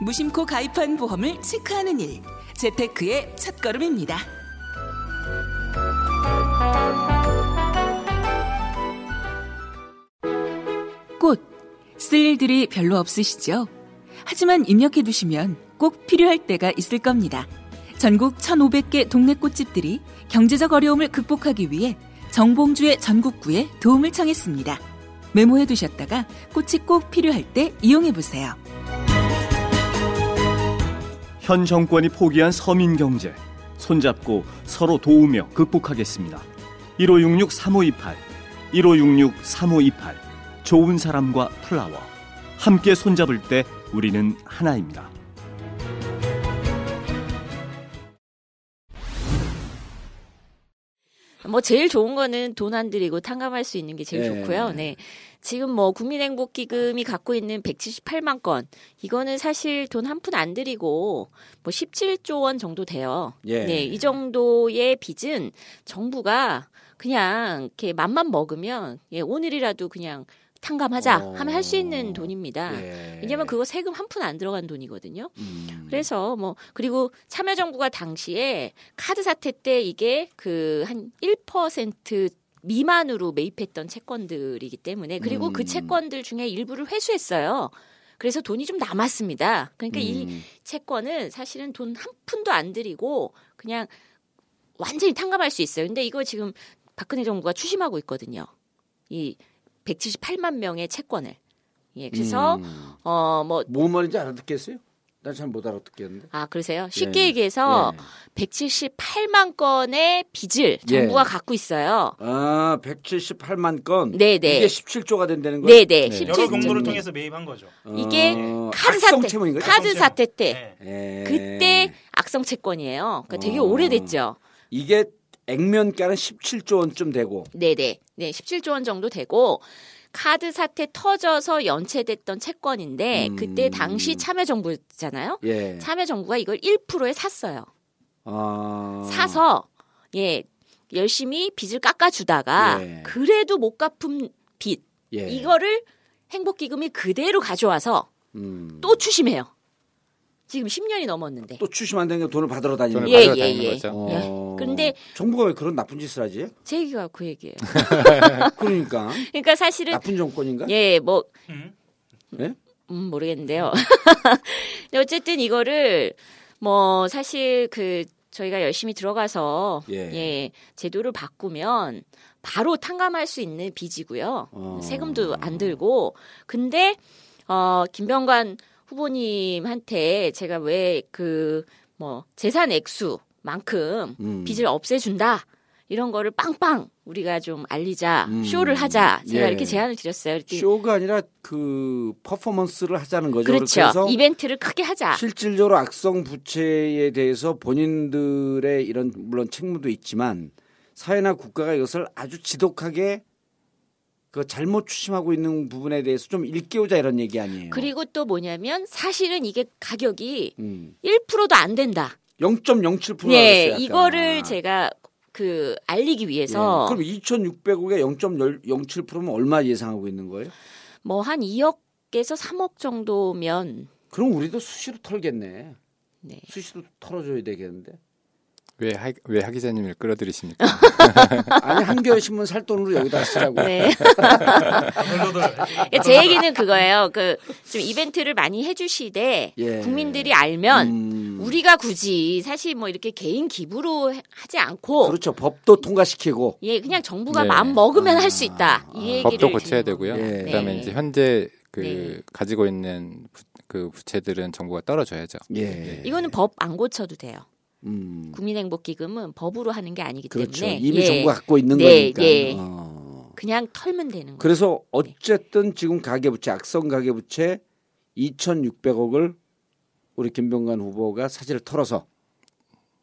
S7: 무심코 가입한 보험을 체크하는 일, 재테크의 첫걸음입니다. 꽃, 쓸 일들이 별로 없으시죠? 하지만 입력해 두시면 꼭 필요할 때가 있을 겁니다. 전국 1,500개 동네 꽃집들이 경제적 어려움을 극복하기 위해 정봉주의 전국구에 도움을 청했습니다. 메모해 두셨다가 꽃이 꼭 필요할 때 이용해 보세요.
S6: 현 정권이 포기한 서민 경제 손잡고 서로 도우며 극복하겠습니다. 1566 3528 1566 3528 좋은 사람과 플라워 함께 손잡을 때 우리는 하나입니다.
S4: 뭐 제일 좋은 거는 돈 안 들이고 탕감할 수 있는 게 제일
S2: 예.
S4: 좋고요. 네. 지금 뭐 국민행복기금이 갖고 있는 178만 건 이거는 사실 돈 한 푼 안 들이고 뭐 17조 원 정도 돼요.
S2: 예.
S4: 네, 이 정도의 빚은 정부가 그냥 이렇게 맘만 먹으면 예, 오늘이라도 그냥 탕감하자
S2: 어.
S4: 하면 할 수 있는 돈입니다.
S2: 예.
S4: 왜냐면 그거 세금 한 푼 안 들어간 돈이거든요.
S2: 음.
S4: 그래서 뭐 그리고 참여정부가 당시에 카드 사태 때 이게 그 한 1% 미만으로 매입했던 채권들이기 때문에 그리고
S2: 음.
S4: 그 채권들 중에 일부를 회수했어요. 그래서 돈이 좀 남았습니다. 그러니까 이
S2: 음.
S4: 채권은 사실은 돈 한 푼도 안 들이고 그냥 완전히 탕감할 수 있어요. 근데 이거 지금 박근혜 정부가 추심하고 있거든요. 이 178만 명의 채권을. 예. 그래서
S2: 음.
S4: 어뭐
S2: 뭔 말인지 알아듣겠어요? 난 잘 못 알아듣겠는데.
S4: 아, 그러세요? 쉽게
S2: 예.
S4: 얘기해서
S2: 예.
S4: 178만 건의 빚을
S2: 예.
S4: 정부가 갖고 있어요.
S2: 아, 178만 건.
S4: 네네.
S2: 이게 17조가 된다는 어, 거예요.
S4: 네네.
S2: 네.
S3: 여러
S2: 실제
S3: 경로를
S2: 음.
S3: 통해서 매입한 거죠.
S4: 이게 카드 사태,
S2: 채무인 거죠?
S4: 카드
S3: 성채.
S4: 사태 때
S3: 네.
S2: 예.
S4: 그때 악성 채권이에요. 그러니까 되게
S2: 어.
S4: 오래됐죠.
S2: 이게 액면가는 17조 원쯤 되고
S4: 네네. 네, 17조 원 정도 되고 카드 사태 터져서 연체됐던 채권인데
S2: 음.
S4: 그때 당시 참여정부잖아요.
S2: 예.
S4: 참여정부가 이걸 1%에 샀어요.
S2: 아.
S4: 사서 예 열심히 빚을 깎아주다가
S2: 예.
S4: 그래도 못 갚은 빚
S2: 예.
S4: 이거를 행복기금이 그대로 가져와서
S2: 음.
S4: 또 추심해요. 지금 10년이 넘었는데.
S2: 또 추심 안 되는 게 돈을 받으러 다니는
S5: 돈을
S4: 예,
S5: 받으러
S4: 예,
S5: 다니는
S4: 예.
S5: 거죠.
S2: 거예요. 어.
S4: 근데-
S2: 정부가 왜 그런 나쁜 짓을 하지?
S4: 제 얘기가 그 얘기예요.
S2: 그러니까
S4: 그러니까 사실은
S2: 나쁜 정권인가? 네?
S4: 예, 뭐
S3: 음.
S4: 음, 모르겠는데요. 근데 어쨌든 이거를 뭐 사실 그 저희가 열심히 들어가서
S2: 예.
S4: 예, 제도를 바꾸면 바로 탕감할 수 있는 빚이고요.
S2: 어.
S4: 세금도 안 들고 근데 어 김병관 후보님한테 제가 왜 그 뭐 재산 액수만큼
S2: 음.
S4: 빚을 없애준다 이런 거를 빵빵 우리가 좀 알리자
S2: 음.
S4: 쇼를 하자 제가
S2: 예.
S4: 이렇게 제안을 드렸어요. 이렇게
S2: 쇼가 아니라 그 퍼포먼스를 하자는 거죠.
S4: 그렇죠.
S2: 그래서
S4: 이벤트를 크게 하자.
S2: 실질적으로 악성 부채에 대해서 본인들의 이런 물론 책무도 있지만 사회나 국가가 이것을 아주 지독하게 그 그 잘못 추심하고 있는 부분에 대해서 좀 일깨우자 이런 얘기 아니에요.
S4: 그리고 또 뭐냐면 사실은 이게 가격이
S2: 음.
S4: 1%도 안 된다.
S2: 0.07%라고
S4: 예,
S2: 했어요. 아까.
S4: 이거를 제가 그 알리기 위해서
S2: 예. 그럼 2,600억에 0.07%면 얼마 예상하고 있는 거예요?
S4: 뭐 한 2억에서 3억 정도면
S2: 그럼 우리도 수시로 털겠네.
S4: 네.
S2: 수시로 털어줘야 되겠는데.
S5: 왜, 하, 왜 하기자님을 끌어들이십니까?
S4: 예.
S2: 아니 한겨레 신문 살 돈으로 여기다 쓰라고.
S4: 네. 예, 제 얘기는 그거예요. 그 좀 이벤트를 많이 해주시되
S2: 예.
S4: 국민들이 알면
S2: 음.
S4: 우리가 굳이 사실 뭐 이렇게 개인 기부로 해- 하지 않고
S2: 그렇죠. 법도 통과시키고.
S4: 예 그냥 정부가
S5: 네.
S4: 마음 먹으면
S2: 아,
S4: 할 수 있다
S2: 아.
S4: 이 얘기를
S5: 법도
S4: 드리는
S5: 고쳐야
S4: 거예요.
S5: 되고요.
S2: 네.
S5: 그다음에
S4: 네.
S5: 이제 현재 그
S4: 네.
S5: 가지고 있는 부, 그 부채들은 정부가 떨어져야죠.
S2: 예.
S4: 네. 이거는 법 안 고쳐도 돼요.
S2: 음.
S4: 국민행복기금은 법으로 하는 게 아니기
S2: 그렇죠.
S4: 때문에
S2: 이미
S4: 예.
S2: 정부가 갖고 있는
S4: 네,
S2: 거니까.
S4: 예.
S2: 어. 네.
S4: 그냥 털면 되는 거예요.
S2: 그래서 어쨌든 지금 가계부채 악성 가계부채 2,600억을 우리 김병관 후보가 사실을 털어서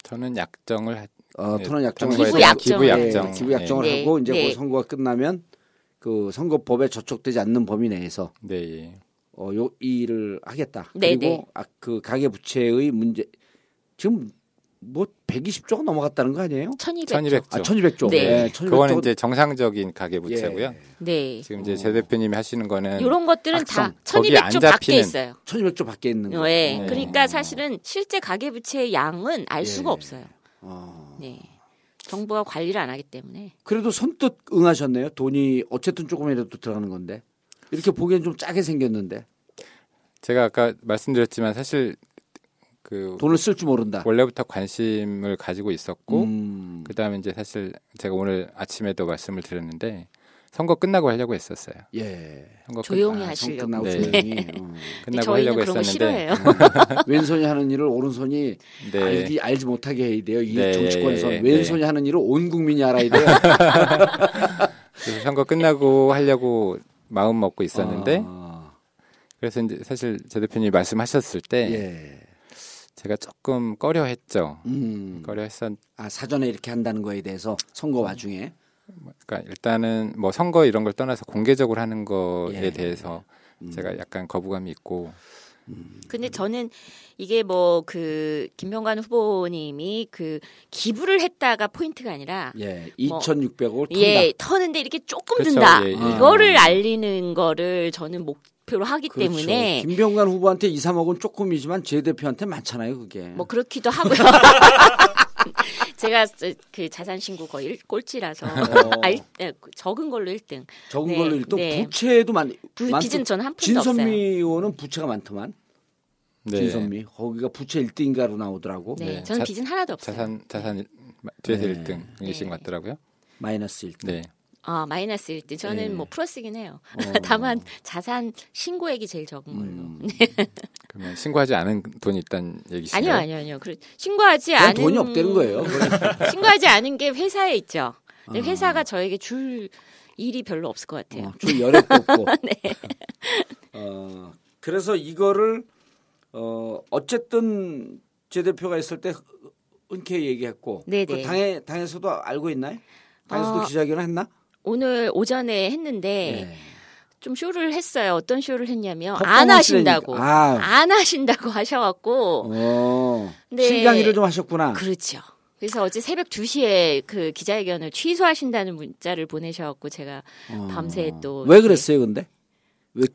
S5: 저는 약정을 하-
S2: 어,
S5: 네,
S2: 토론 약정을
S5: 통과해서
S4: 기부 약정.
S5: 기부 약정,
S2: 예, 기부 약정을
S4: 네.
S2: 하고 이제
S4: 네.
S2: 그 선거가 끝나면 그 선거법에 저촉되지 않는 범위 내에서
S5: 네, 예.
S2: 어, 요 일을 하겠다.
S4: 네,
S2: 그리고
S4: 네.
S2: 아, 그 가계 부채의 문제 지금 뭐 120조가 넘어갔다는 거 아니에요?
S4: 1200.
S5: 1200조.
S2: 아, 1,200조.
S4: 네.
S2: 예, 1200
S5: 그거는
S2: 조가
S5: 이제 정상적인 가계 부채고요.
S2: 예,
S4: 네.
S5: 지금 이제 제 대표님이 하시는 거는
S4: 이런 것들은 다
S2: 악성.
S5: 네. 거기 안
S4: 1200조 밖에
S5: 잡히는.
S4: 있어요.
S2: 1,200조 밖에 있는 거.
S4: 예.
S5: 네.
S4: 그러니까 사실은 실제 가계부채의 양은 알 수가
S2: 예.
S4: 없어요.
S2: 어.
S4: 네. 정부가 관리를 안 하기 때문에.
S2: 그래도 선뜻 응하셨네요. 돈이 어쨌든 조금이라도 들어가는 건데. 이렇게 보기엔 좀 짜게 생겼는데
S5: 제가 아까 말씀드렸지만 사실 그
S2: 돈을 쓸 줄 모른다.
S5: 원래부터 관심을 가지고 있었고
S2: 음.
S5: 그다음에 이제 사실 제가 오늘 아침에도 말씀을 드렸는데 선거 끝나고 하려고 했었어요.
S2: 예.
S5: 선거 끝-
S4: 조용히
S2: 아, 선
S4: 하시려고.
S2: 끝나고
S5: 네.
S2: 조용히. 어.
S5: 끝나고
S4: 저희는
S5: 하려고
S4: 그런 거
S5: 했었는데
S4: 싫어해요.
S2: 왼손이 하는 일을 아, 오른손이
S5: 네.
S2: 알기 알지 못하게 해야 돼요. 이
S5: 네,
S2: 정치권에서
S5: 예, 예,
S2: 왼손이 하는 일을 온 국민이 알아야 돼요.
S5: 그래서 선거 끝나고 하려고 마음 먹고 있었는데
S2: 아,
S5: 그래서 이제 사실 제 대표님이 말씀하셨을 때
S2: 예.
S5: 제가 조금 꺼려했죠.
S2: 음.
S5: 꺼려했었.
S2: 아 사전에 이렇게 한다는 거에 대해서 선거 와중에
S5: 그러니까 일단은 뭐 선거 이런 걸 떠나서 공개적으로 하는 거에
S2: 예.
S5: 대해서 제가 약간 거부감이 있고
S4: 근데 저는 이게 뭐 그 김병관 후보님이 그 기부를 했다가 포인트가 아니라
S2: 예. 2,600을 턴다.
S4: 뭐, 예, 터는데 이렇게 조금
S5: 그렇죠.
S4: 든다.
S5: 예, 예.
S4: 이거를 알리는 거를 저는 목표로 하기
S2: 그렇죠.
S4: 때문에
S2: 김병관 후보한테 2, 3억은 조금이지만 제 대표한테 많잖아요, 그게.
S4: 뭐 그렇기도 하고요. 제가 그 자산 신고 거의 일- 꼴찌라서
S2: 어.
S4: 아, 일- 네, 적은 걸로 1등.
S2: 적은
S4: 네,
S2: 걸로 일단
S4: 네.
S2: 부채도 많.
S4: 부-
S2: 많-
S4: 빚은 저는 한 푼도
S2: 진선미
S4: 없어요.
S2: 의원은 부채가 많더만.
S5: 네.
S2: 진선미 거기가 부채 1등가로 나오더라고.
S4: 네,
S5: 네,
S4: 저는
S5: 자-
S4: 빚은 하나도 없어요.
S5: 자산 자산 일- 뒤에서
S2: 네. 음.
S5: 일 1등이신 것 같더라고요.
S2: 마이너스 1등.
S5: 네.
S4: 아, 마이너스 1등. 저는
S2: 네.
S4: 뭐 플러스긴 해요.
S2: 어.
S4: 다만 자산 신고액이 제일 적은 걸로.
S5: 그러면 신고하지 않은 돈이 있다는 얘기시죠?
S4: 아니요, 아니요, 아니요. 그 신고하지
S2: 그냥
S4: 않은
S2: 돈이 없다는 거예요. 아.
S4: 신고하지 않은 게 회사에 있죠. 근데 회사가 저에게 줄 일이 별로 없을 것 같아요.
S2: 어, 좀 여력도 없고.
S4: 네.
S2: 어, 그래서 이거를 어, 어쨌든 제 대표가 있을 때 흔- 흔쾌히 얘기했고
S4: 네네.
S2: 그 당에 당에서도 알고 있나요? 당에서도
S4: 어, 네.
S2: 기자회견을 했나?
S4: 오늘 오전에 했는데
S2: 예.
S4: 좀 쇼를 했어요. 어떤 쇼를 했냐면
S2: 헛구멍
S4: 안 하신다고
S2: 치레니까. 아.
S4: 안 하신다고 하셔갖고
S2: 어.
S4: 네.
S2: 신강의를 좀 하셨구나.
S4: 그렇죠. 그래서 어제 새벽 2시에 그 기자회견을 취소하신다는 문자를 보내셔갖고 제가 밤새 또
S2: 어. 왜 그랬어요, 근데? 왜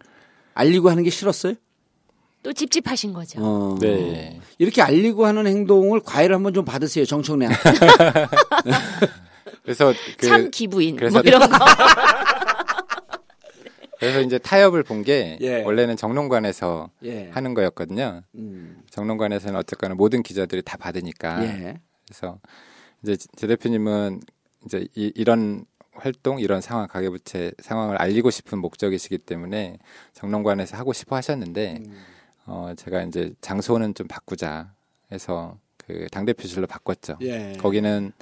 S2: 알리고 하는 게 싫었어요?
S4: 또 찝찝하신 거죠.
S2: 어.
S5: 네.
S2: 이렇게 알리고 하는 행동을 과외를 한번 좀 받으세요, 정청래.
S5: 그래서 그
S4: 참 기부인 뭐
S5: 그래서-
S4: 이런 거.
S5: 그래서 이제 타협을 본 게
S2: 예.
S5: 원래는 정론관에서
S2: 예.
S5: 하는 거였거든요.
S2: 음.
S5: 정론관에서는 어쨌거나 모든 기자들이 다 받으니까.
S2: 예.
S5: 그래서 이제 제 대표님은 이제 이, 이런 활동, 이런 상황, 가계부채 상황을 알리고 싶은 목적이시기 때문에 정론관에서 하고 싶어 하셨는데
S2: 음.
S5: 어, 제가 이제 장소는 좀 바꾸자 해서 그 당대표실로 바꿨죠.
S2: 예.
S5: 거기는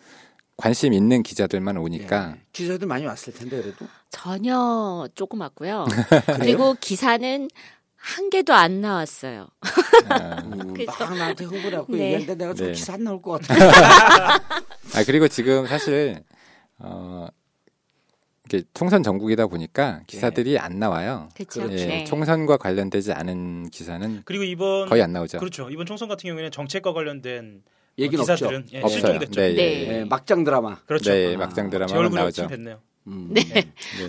S5: 관심 있는 기자들만 오니까
S2: 예. 기자들 많이 왔을 텐데 그래도.
S4: 전혀 조금 왔고요. 그리고 기사는 한 개도 안 나왔어요.
S2: 음,
S4: 아, 그래서-
S2: 막 나한테 흥분해갖고
S4: 네.
S2: 얘기했는데 내가 저
S5: 네.
S2: 기사 안 나올 것 같아.
S5: 아 그리고 지금 사실 어 이게 총선 전국이다 보니까
S2: 예.
S5: 기사들이 안 나와요.
S4: 그렇죠.
S5: 예,
S4: 네.
S5: 총선과 관련되지 않은 기사는
S3: 그리고 이번
S5: 거의 안 나오죠.
S3: 그렇죠. 이번 총선 같은 경우에는 정책과 관련된 어,
S2: 얘기는 없죠.
S3: 기사들은 예,
S5: 없어요.
S3: 실종됐죠.
S5: 네, 예,
S4: 네.
S5: 예.
S2: 예, 막장 드라마.
S3: 그렇죠.
S5: 네,
S2: 아,
S5: 막장
S3: 제
S5: 드라마만
S3: 얼굴에
S5: 나오죠.
S3: 침 뱉네요.
S2: 음.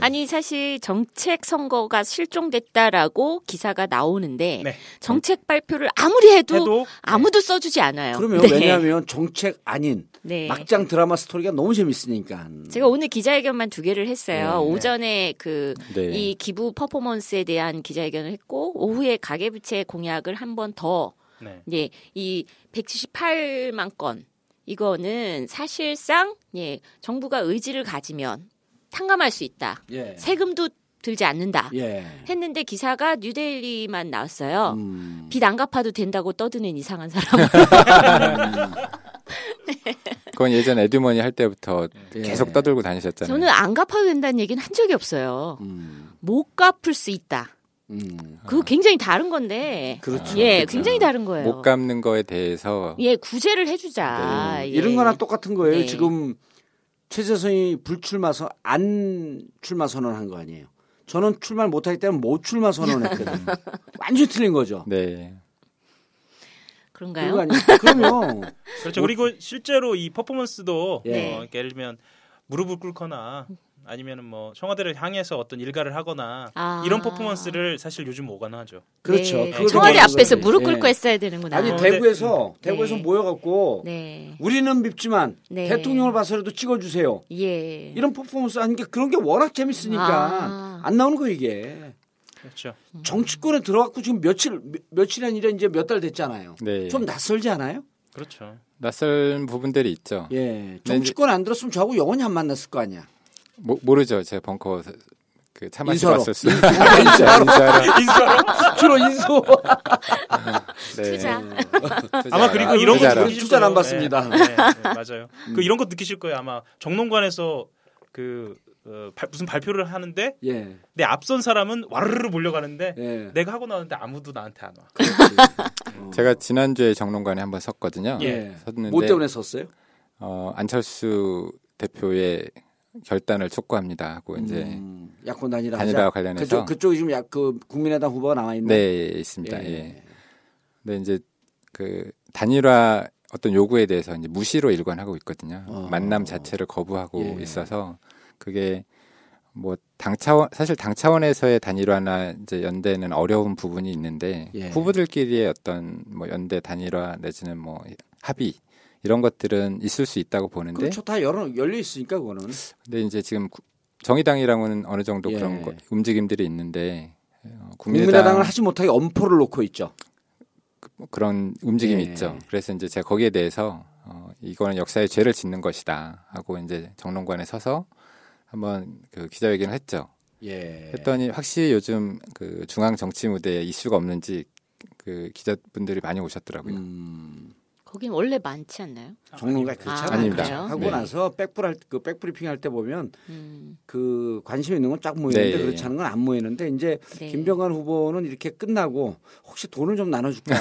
S4: 아니 사실 정책 선거가 실종됐다라고 기사가 나오는데
S3: 네.
S4: 정책 발표를 아무리 해도,
S3: 해도
S4: 아무도 써주지 않아요.
S2: 그러면
S4: 네.
S2: 왜냐하면 정책 아닌
S4: 네.
S2: 막장 드라마 스토리가 너무 재밌으니까.
S4: 제가 오늘 기자회견만 두 개를 했어요.
S2: 네.
S4: 오전에 그 이
S5: 네.
S4: 기부 퍼포먼스에 대한 기자회견을 했고 오후에 가계부채 공약을 한 번 더
S3: 네.
S4: 예, 이 178만 건 이거는 사실상 예, 정부가 의지를 가지면 탕감할 수 있다.
S2: 예.
S4: 세금도 들지 않는다.
S2: 예.
S4: 했는데 기사가 뉴데일리만 나왔어요.
S2: 음.
S4: 빚 안 갚아도 된다고 떠드는 이상한 사람.
S5: 그건 예전 에듀머니 할 때부터
S2: 예.
S5: 계속 떠들고 다니셨잖아요.
S4: 저는 안 갚아도 된다는 얘기는 한 적이 없어요.
S2: 음.
S4: 못 갚을 수 있다.
S2: 음.
S4: 그거 굉장히 다른 건데.
S2: 그렇죠.
S4: 예,
S2: 그렇죠.
S4: 굉장히 다른 거예요.
S5: 못 갚는 거에 대해서
S4: 예, 구제를 해주자. 예.
S2: 네. 이런 거랑 똑같은 거예요.
S4: 네.
S2: 지금 최재성이 불출마서 안 출마 선언한 거 아니에요. 저는 출마를 못하기 때문에 못 출마 선언했거든요. 완전히 틀린 거죠.
S5: 네.
S4: 그런가요? 네.
S2: 그거 아니에요. 그럼요. 뭐
S3: 그렇죠. 그리고 실제로 이 퍼포먼스도
S2: 예.
S3: 어, 예를 들면 무릎을 꿇거나 아니면은 뭐 청와대를 향해서 어떤 일가를 하거나
S4: 아.
S3: 이런 퍼포먼스를 사실 요즘 오가나하죠.
S2: 그렇죠.
S4: 네,
S2: 그걸
S4: 청와대
S2: 좀
S4: 앞에서
S2: 보여줘야
S4: 무릎
S2: 돼.
S4: 꿇고
S2: 예.
S4: 했어야 되는구나.
S2: 아니
S3: 어, 근데-
S2: 대구에서 대구에서
S4: 네.
S2: 모여갖고
S4: 네.
S2: 우리는 밉지만
S4: 네.
S2: 대통령을 봐서라도 찍어주세요.
S4: 예.
S2: 이런 퍼포먼스 하는 게 그런 게 워낙 재밌으니까
S4: 아. 음.
S2: 안 나오는 거 이게
S3: 그렇죠.
S2: 정치권에 들어갔고 지금 며칠 며- 며칠이 아니라 이제 몇 달 됐잖아요.
S5: 네.
S2: 좀 낯설지 않아요?
S3: 그렇죠.
S5: 낯설 부분들이 있죠.
S2: 예, 정치권 안 들었으면 저하고 영원히 안 만났을 거 아니야.
S5: 모, 모르죠. 제가 벙커 그차 마시러
S2: 인서로.
S5: 왔을 수 있죠. 인사로.
S2: 아, 주로 인수.
S5: 네.
S4: 투자.
S3: 아마 그리고
S2: 아,
S3: 이런 거
S2: 투자라.
S5: 투자라.
S3: 느끼실
S2: 투자는
S3: 거예요.
S2: 안 받습니다. 음.
S3: 네, 네, 네, 맞아요. 그 이런 거 느끼실 거예요. 아마 정론관에서 그 어, 발- 무슨 발표를 하는데
S2: 예,
S3: 내 앞선 사람은 와르르 몰려가는데
S2: 예.
S3: 내가 하고 나왔는데 아무도 나한테 안 와.
S5: 제가 지난주에 정론관에 한번 섰거든요.
S2: 예.
S5: 섰는데
S2: 뭐 때문에 섰어요?
S5: 어, 안철수 대표의 결단을 촉구합니다. 하고 뭐 이제
S2: 음, 야권 단일화
S5: 단일화와
S2: 하자.
S5: 관련해서.
S2: 그쪽 그쪽이 지금 약 그 국민의당 후보가 남아 있는.
S5: 네, 있습니다. 예. 근데 이제 그 단일화 어떤 요구에 대해서 이제 무시로 일관하고 있거든요.
S2: 어.
S5: 만남 자체를 거부하고
S2: 예.
S5: 있어서 그게 뭐 당 차원 사실 당 차원에서의 단일화나 이제 연대는 어려운 부분이 있는데
S2: 예.
S5: 후보들끼리의 어떤 뭐 연대 단일화 내지는 뭐 합의 이런 것들은 있을 수 있다고 보는데
S2: 그렇죠. 다 열어 열려 있으니까 그거는.
S5: 근데 이제 지금 구- 정의당이랑은 어느 정도
S2: 예.
S5: 그런 거- 움직임들이 있는데 어, 국민의당
S2: 국민의당은
S5: 은
S2: 하지 못하게 엄포를 놓고 있죠.
S5: 그런 움직임이
S2: 예.
S5: 있죠. 그래서 이제 제가 거기에 대해서 어, 이거는 역사의 죄를 짓는 것이다 하고 이제 정론관에 서서 한번 그 기자회견을 했죠.
S2: 예.
S5: 했더니 확실히 요즘 그 중앙 정치 무대에 이슈가 없는지 그 기자분들이 많이 오셨더라고요.
S2: 음,
S4: 거긴 원래 많지 않나요?
S2: 정론가 그렇잖아요.
S5: 아닙니다.
S4: 그래요?
S2: 하고
S5: 네.
S2: 나서 백불 할그 백브리핑 할 때 보면
S4: 음,
S2: 그 관심 있는 건 쫙 모이는데
S5: 네.
S2: 그렇지 않은 건 안 모이는데 이제
S4: 네.
S2: 김병관 후보는 이렇게 끝나고 혹시 돈을 좀 나눠줄까?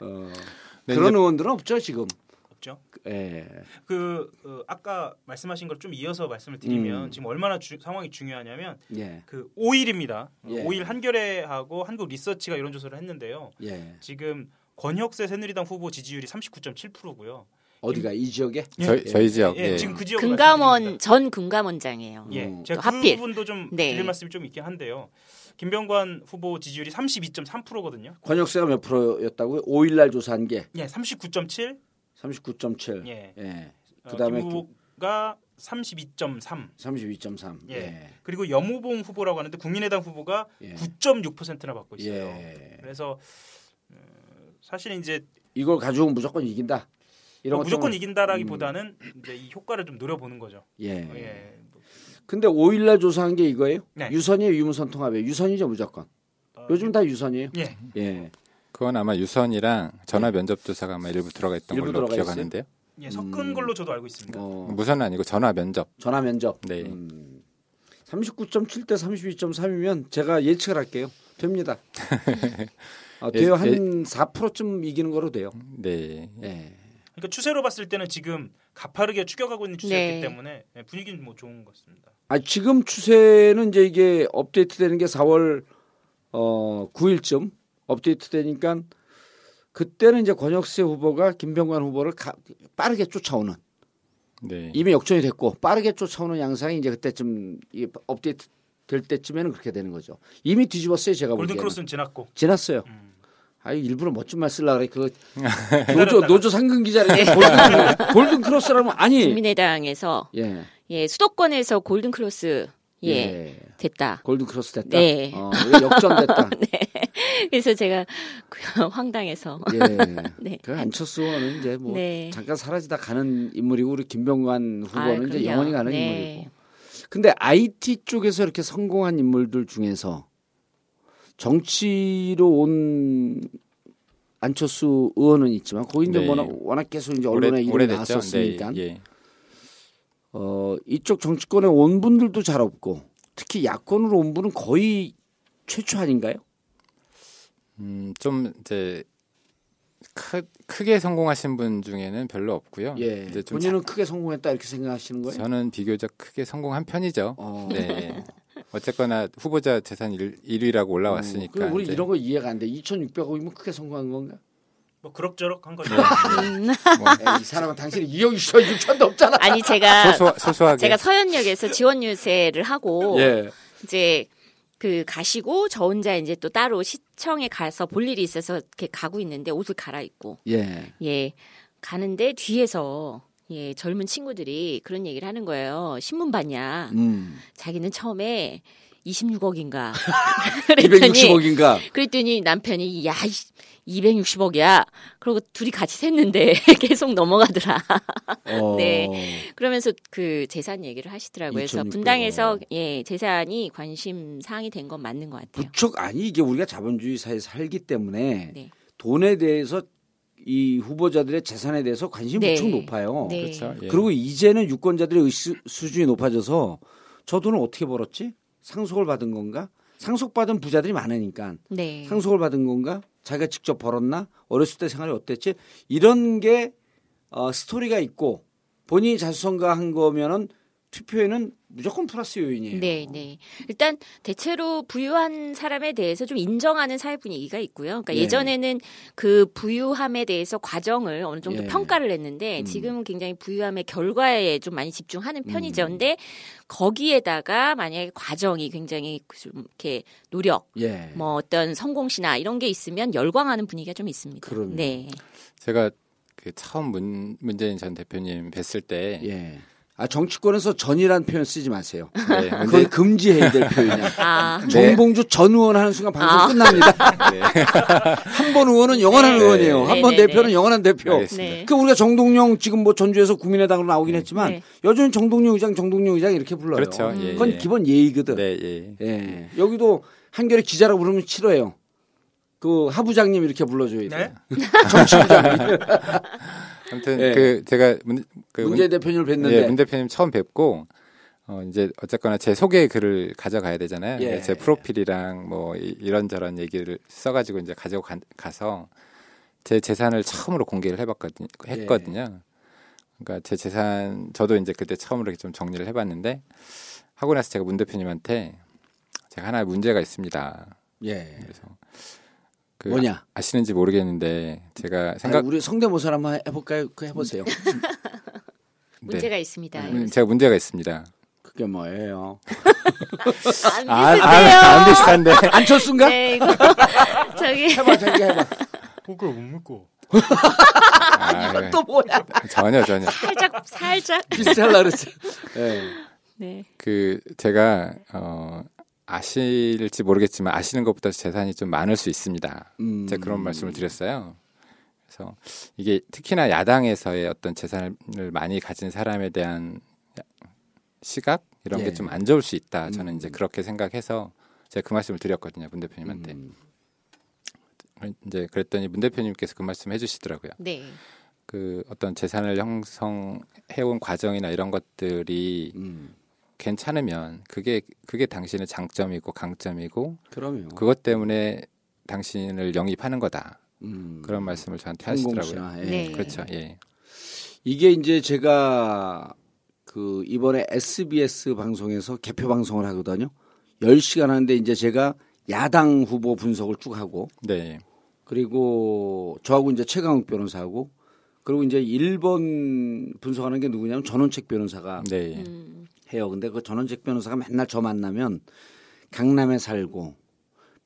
S2: 어,
S5: 네,
S2: 그런
S5: 이제-
S2: 의원들은 없죠 지금.
S3: 없죠.
S2: 예.
S3: 그 어, 아까 말씀하신 걸 좀 이어서 말씀을 드리면
S2: 음.
S3: 지금 얼마나 주- 상황이 중요하냐면
S2: 예.
S3: 그 5일입니다.
S2: 예.
S3: 5일 한겨레하고 한국 리서치가 이런 조사를 했는데요.
S2: 예.
S3: 지금 권혁세 새누리당 후보 지지율이 39.7%고요.
S2: 어디가 이 지역에?
S5: 저희, 저희
S2: 아,
S5: 지역
S3: 예,
S5: 예.
S3: 지금 그 지역을
S4: 금감원
S3: 말씀드립니다.
S4: 전 금감원장이에요.
S3: 예,
S2: 음.
S3: 제가
S4: 또
S3: 그
S4: 하필.
S3: 부분도 좀
S4: 네.
S3: 드릴 말씀이 좀 있긴 한데요. 김병관 후보 지지율이 32.3%거든요.
S2: 권역세가 몇 프로였다고요? 5일날 조사한 게
S3: 예, 39.7.
S2: 39.7.
S3: 예.
S2: 예.
S3: 어,
S2: 그다음에
S3: 김 후보가 32.3.
S2: 32.3.
S3: 예. 그리고 영호봉 후보라고 하는데 국민의당 후보가
S2: 예.
S3: 9.6%나 받고 있어요.
S2: 예.
S3: 그래서 어, 사실 이제 뭐
S2: 이걸 가지고 무조건 이긴다. 이런 것
S3: 어, 무조건
S2: 때문에-
S3: 이긴다라기보다는 이제 이 효과를 좀 노려보는 거죠.
S2: 예.
S3: 예.
S2: 근데 5일날 조사한 게 이거예요?
S3: 네.
S2: 유선이에요, 유무선 통합이에요. 유선이죠, 무조건.
S3: 어,
S2: 요즘 다 유선이에요.
S3: 예.
S2: 예.
S5: 그건 아마 유선이랑 전화 면접 조사가 아마 일부 들어가 있던
S2: 일부
S5: 걸로
S2: 들어가
S5: 기억하는데요.
S3: 예, 섞은 걸로 저도 알고 있습니다.
S2: 음. 어,
S5: 무선은 아니고 전화 면접.
S2: 전화 면접.
S5: 네.
S2: 음, 39.7 대 32.3이면 제가 예측을 할게요. 됩니다. 아, 돼요.
S5: 예, 음.
S2: 한 4%쯤 이기는 거로 돼요.
S5: 네.
S2: 예.
S3: 그러니까 추세로 봤을 때는 지금 가파르게 추격하고 있는
S4: 네.
S3: 추세였기 때문에 예, 분위기는 뭐 좋은 것 같습니다.
S2: 아, 지금 추세는 이제 이게 업데이트 되는 게 4월 어, 9일쯤 업데이트 되니까 그때는 이제 권혁세 후보가 김병관 후보를 가- 빠르게 쫓아오는
S5: 네.
S2: 이미 역전이 됐고 빠르게 쫓아오는 양상이 이제 그때쯤 이 업데이트 될 때쯤에는 그렇게 되는 거죠. 이미 뒤집었어요 제가
S3: 골든
S2: 보기에는.
S3: 크로스는 지났고
S2: 지났어요.
S3: 음.
S2: 아 일부러 멋진 말 쓰려고 그래. 그 노조 노조 상근
S5: 네.
S2: 기자를 골든 크로스라면 아니.
S4: 국민의당에서
S2: 예.
S4: 예 수도권에서 골든 크로스 예,
S2: 예.
S4: 됐다.
S2: 골든 크로스 됐다.
S4: 네.
S2: 어, 우리가 역전됐다.
S4: 그래서 제가 황당해서
S2: 예.
S4: 네.
S2: 그 안철수는 이제 뭐
S4: 네.
S2: 잠깐 사라지다 가는 인물이고 우리 김병관 후보는
S4: 아,
S2: 이제
S4: 그럼요.
S2: 영원히 가는
S4: 네.
S2: 인물이고. 근데 IT 쪽에서 이렇게 성공한 인물들 중에서 정치로 온 안철수 의원은 있지만 거기 이제
S5: 네.
S2: 워낙, 워낙 계속 이제
S5: 오래-
S2: 언론에 이름이
S5: 오래됐죠?
S2: 나왔었으니까
S5: 네, 예.
S2: 어, 이쪽 정치권에 온 분들도 잘 없고 특히 야권으로 온 분은 거의 최초 아닌가요?
S5: 음, 좀 이제 크, 크게 성공하신 분 중에는 별로 없고요.
S2: 예.
S5: 이제 아, 좀
S2: 본인은 크게 성공했다 이렇게 생각하시는
S5: 자-
S2: 거예요?
S5: 저는 비교적 크게 성공한 편이죠.
S2: 어.
S5: 네. 어쨌거나 후보자 재산 1, 1위라고
S2: 어,
S5: 올라왔으니까.
S2: 그럼 우리
S5: 이제
S2: 이런 거 이해가 안 돼. 2,600억이면 크게 성공한 건가? 예,
S3: 뭐 그럭저럭 한 거죠.
S5: 네.
S4: 음.
S2: 에이, 이 사람은 당신이 2억 6천 6천도 없잖아.
S4: 아니 제가
S5: 소소, 소소하게
S4: 제가 서현역에서 지원 유세를 하고
S2: 예.
S4: 이제 그 가시고 저 혼자 이제 또 따로 시청에 가서 볼 일이 있어서 이렇게 가고 있는데 옷을 갈아입고
S2: 예.
S4: 예 가는데 뒤에서 예 젊은 친구들이 그런 얘기를 하는 거예요 신문 봤냐
S2: 음.
S4: 자기는 처음에 26억인가
S2: 260억인가?
S4: 그랬더니 남편이 야 260억이야 그러고 둘이 같이 샜는데 계속 넘어가더라
S2: 어.
S4: 네. 그러면서 그 재산 얘기를 하시더라고요. 그래서
S2: 2600.
S4: 분당에서 예 재산이 관심 사항이 된 건 맞는 것 같아요.
S2: 부쩍 아니 이게 우리가 자본주의 사회에 살기 때문에
S4: 네.
S2: 돈에 대해서 이 후보자들의 재산에 대해서 관심이
S4: 네.
S2: 무척 높아요.
S4: 네.
S5: 그렇죠. 예.
S2: 그리고 이제는 유권자들의 의식 수준이 높아져서 저 돈을 어떻게 벌었지? 상속을 받은 건가? 상속받은 부자들이 많으니까
S4: 네.
S2: 상속을 받은 건가? 자기가 직접 벌었나? 어렸을 때 생활이 어땠지? 이런 게 어, 스토리가 있고 본인이 자수성가한 거면은 투표에는 무조건 플러스 요인이에요.
S4: 네, 네. 일단 대체로 부유한 사람에 대해서 좀 인정하는 사회 분위기가 있고요. 그러니까
S2: 예.
S4: 예. 전에는그 부유함에 대해서 과정을 어느 정도
S2: 예.
S4: 평가를
S5: 음.
S4: 했는데 지금은 굉장히 부유함의 결과에 좀 많이 집중하는
S5: 음.
S4: 편이죠. 근데 거기에다가 만약에 과정이 굉장히 좀 이렇게 노력,
S2: 예.
S4: 뭐 어떤 성공시나 이런 게 있으면 열광하는 분위기가 좀 있습니다.
S2: 그럼요.
S4: 네.
S5: 제가 그 처음 문, 문재인 전 대표님 뵀을 때
S2: 예. 아 정치권에서 전이란 표현 쓰지 마세요.
S5: 네,
S2: 그건 금지해야 될 표현이야.
S4: 아,
S2: 정봉주 전 의원 하는 순간 방송
S4: 아.
S2: 끝납니다.
S5: 네.
S2: 한 번 의원은 영원한
S4: 네.
S2: 의원이에요. 한 번
S4: 네, 네,
S2: 대표는
S4: 네.
S2: 영원한 대표.
S5: 알겠습니다.
S4: 네.
S2: 그 우리가 정동영 지금 뭐 전주에서 국민의당으로 나오긴 했지만
S4: 네.
S2: 여전히 정동영 의장, 정동영 의장 이렇게 불러요.
S5: 그렇죠. 예,
S2: 그건
S5: 예.
S2: 기본 예의거든.
S5: 네, 예.
S2: 예. 여기도 한결에 기자라고 부르면 싫어요. 그 하부장님 이렇게 불러줘야 돼.
S3: 네?
S5: 아무튼
S2: 예.
S5: 그 제가 문, 그 문-
S2: 문재 대표님을 뵀는데
S5: 예, 문 대표님 처음 뵙고 어 이제 어쨌거나 제 소개 글을 가져가야 되잖아요.
S2: 예.
S5: 제 프로필이랑 뭐 이- 이런저런 얘기를 써가지고 이제 가지고 가, 가서 제 재산을 처음으로 공개를 해봤거든요. 했거든요. 그러니까 제 재산 저도 이제 그때 처음으로 이렇게 좀 정리를 해봤는데 하고 나서 제가 문 대표님한테 제가 하나 문제가 있습니다.
S2: 예.
S5: 그래서 그
S2: 뭐냐?
S5: 아, 시는지 모르겠는데 제가
S2: 생각...
S5: 생각
S2: 우리 성대모사 한번 해볼까요? 그 해보세요.
S4: 문제가 있습니다.
S2: 네.
S5: 음, 제가 문제가 있습니다.
S2: 그게 뭐예요?
S4: 안
S5: 아, 아,
S4: 비슷해요.
S5: 안 비슷한데.
S2: 안철수인가?
S4: 네, 이거 저기
S2: 해봐, 자기 해봐.
S3: 그걸 못 믿고.
S5: 아,
S2: 또 뭐야?
S5: 전혀 전혀.
S4: 살짝 살짝
S2: 비슷할라 그랬어. 예.
S4: 네.
S5: 그 제가 어 아실지 모르겠지만 아시는 것보다 재산이 좀 많을 수 있습니다.
S2: 음.
S5: 제가 그런 말씀을 드렸어요. 그래서 이게 특히나 야당에서의 어떤 재산을 많이 가진 사람에 대한 시각 이런
S2: 예. 음.
S5: 게 좀 안 좋을 수 있다. 저는 이제 그렇게 생각해서 제가 그 말씀을 드렸거든요, 문 대표님한테.
S2: 음.
S5: 이제 그랬더니 문 대표님께서 그 말씀 해주시더라고요.
S4: 네.
S5: 그 어떤 재산을 형성해온 과정이나 이런 것들이
S2: 음.
S5: 괜찮으면 그게 그게 당신의 장점이고 강점이고
S2: 그럼요.
S5: 그것 때문에 당신을 영입하는 거다
S2: 음.
S5: 그런 말씀을 저한테
S2: 성공시나,
S5: 하시더라고요.
S2: 예.
S4: 네.
S5: 그렇죠. 예.
S2: 이게 이제 제가 그 이번에 SBS 방송에서 개표 방송을 하거든요. 10시간 하는데 이제 제가 야당 후보 분석을 쭉 하고
S5: 네.
S2: 그리고 저하고 이제 최강욱 변호사하고 그리고 이제 1번 분석하는 게 누구냐면 전원책 변호사가
S5: 네.
S4: 음,
S2: 해요. 근데 그 전원책 변호사가 맨날 저 만나면 강남에 살고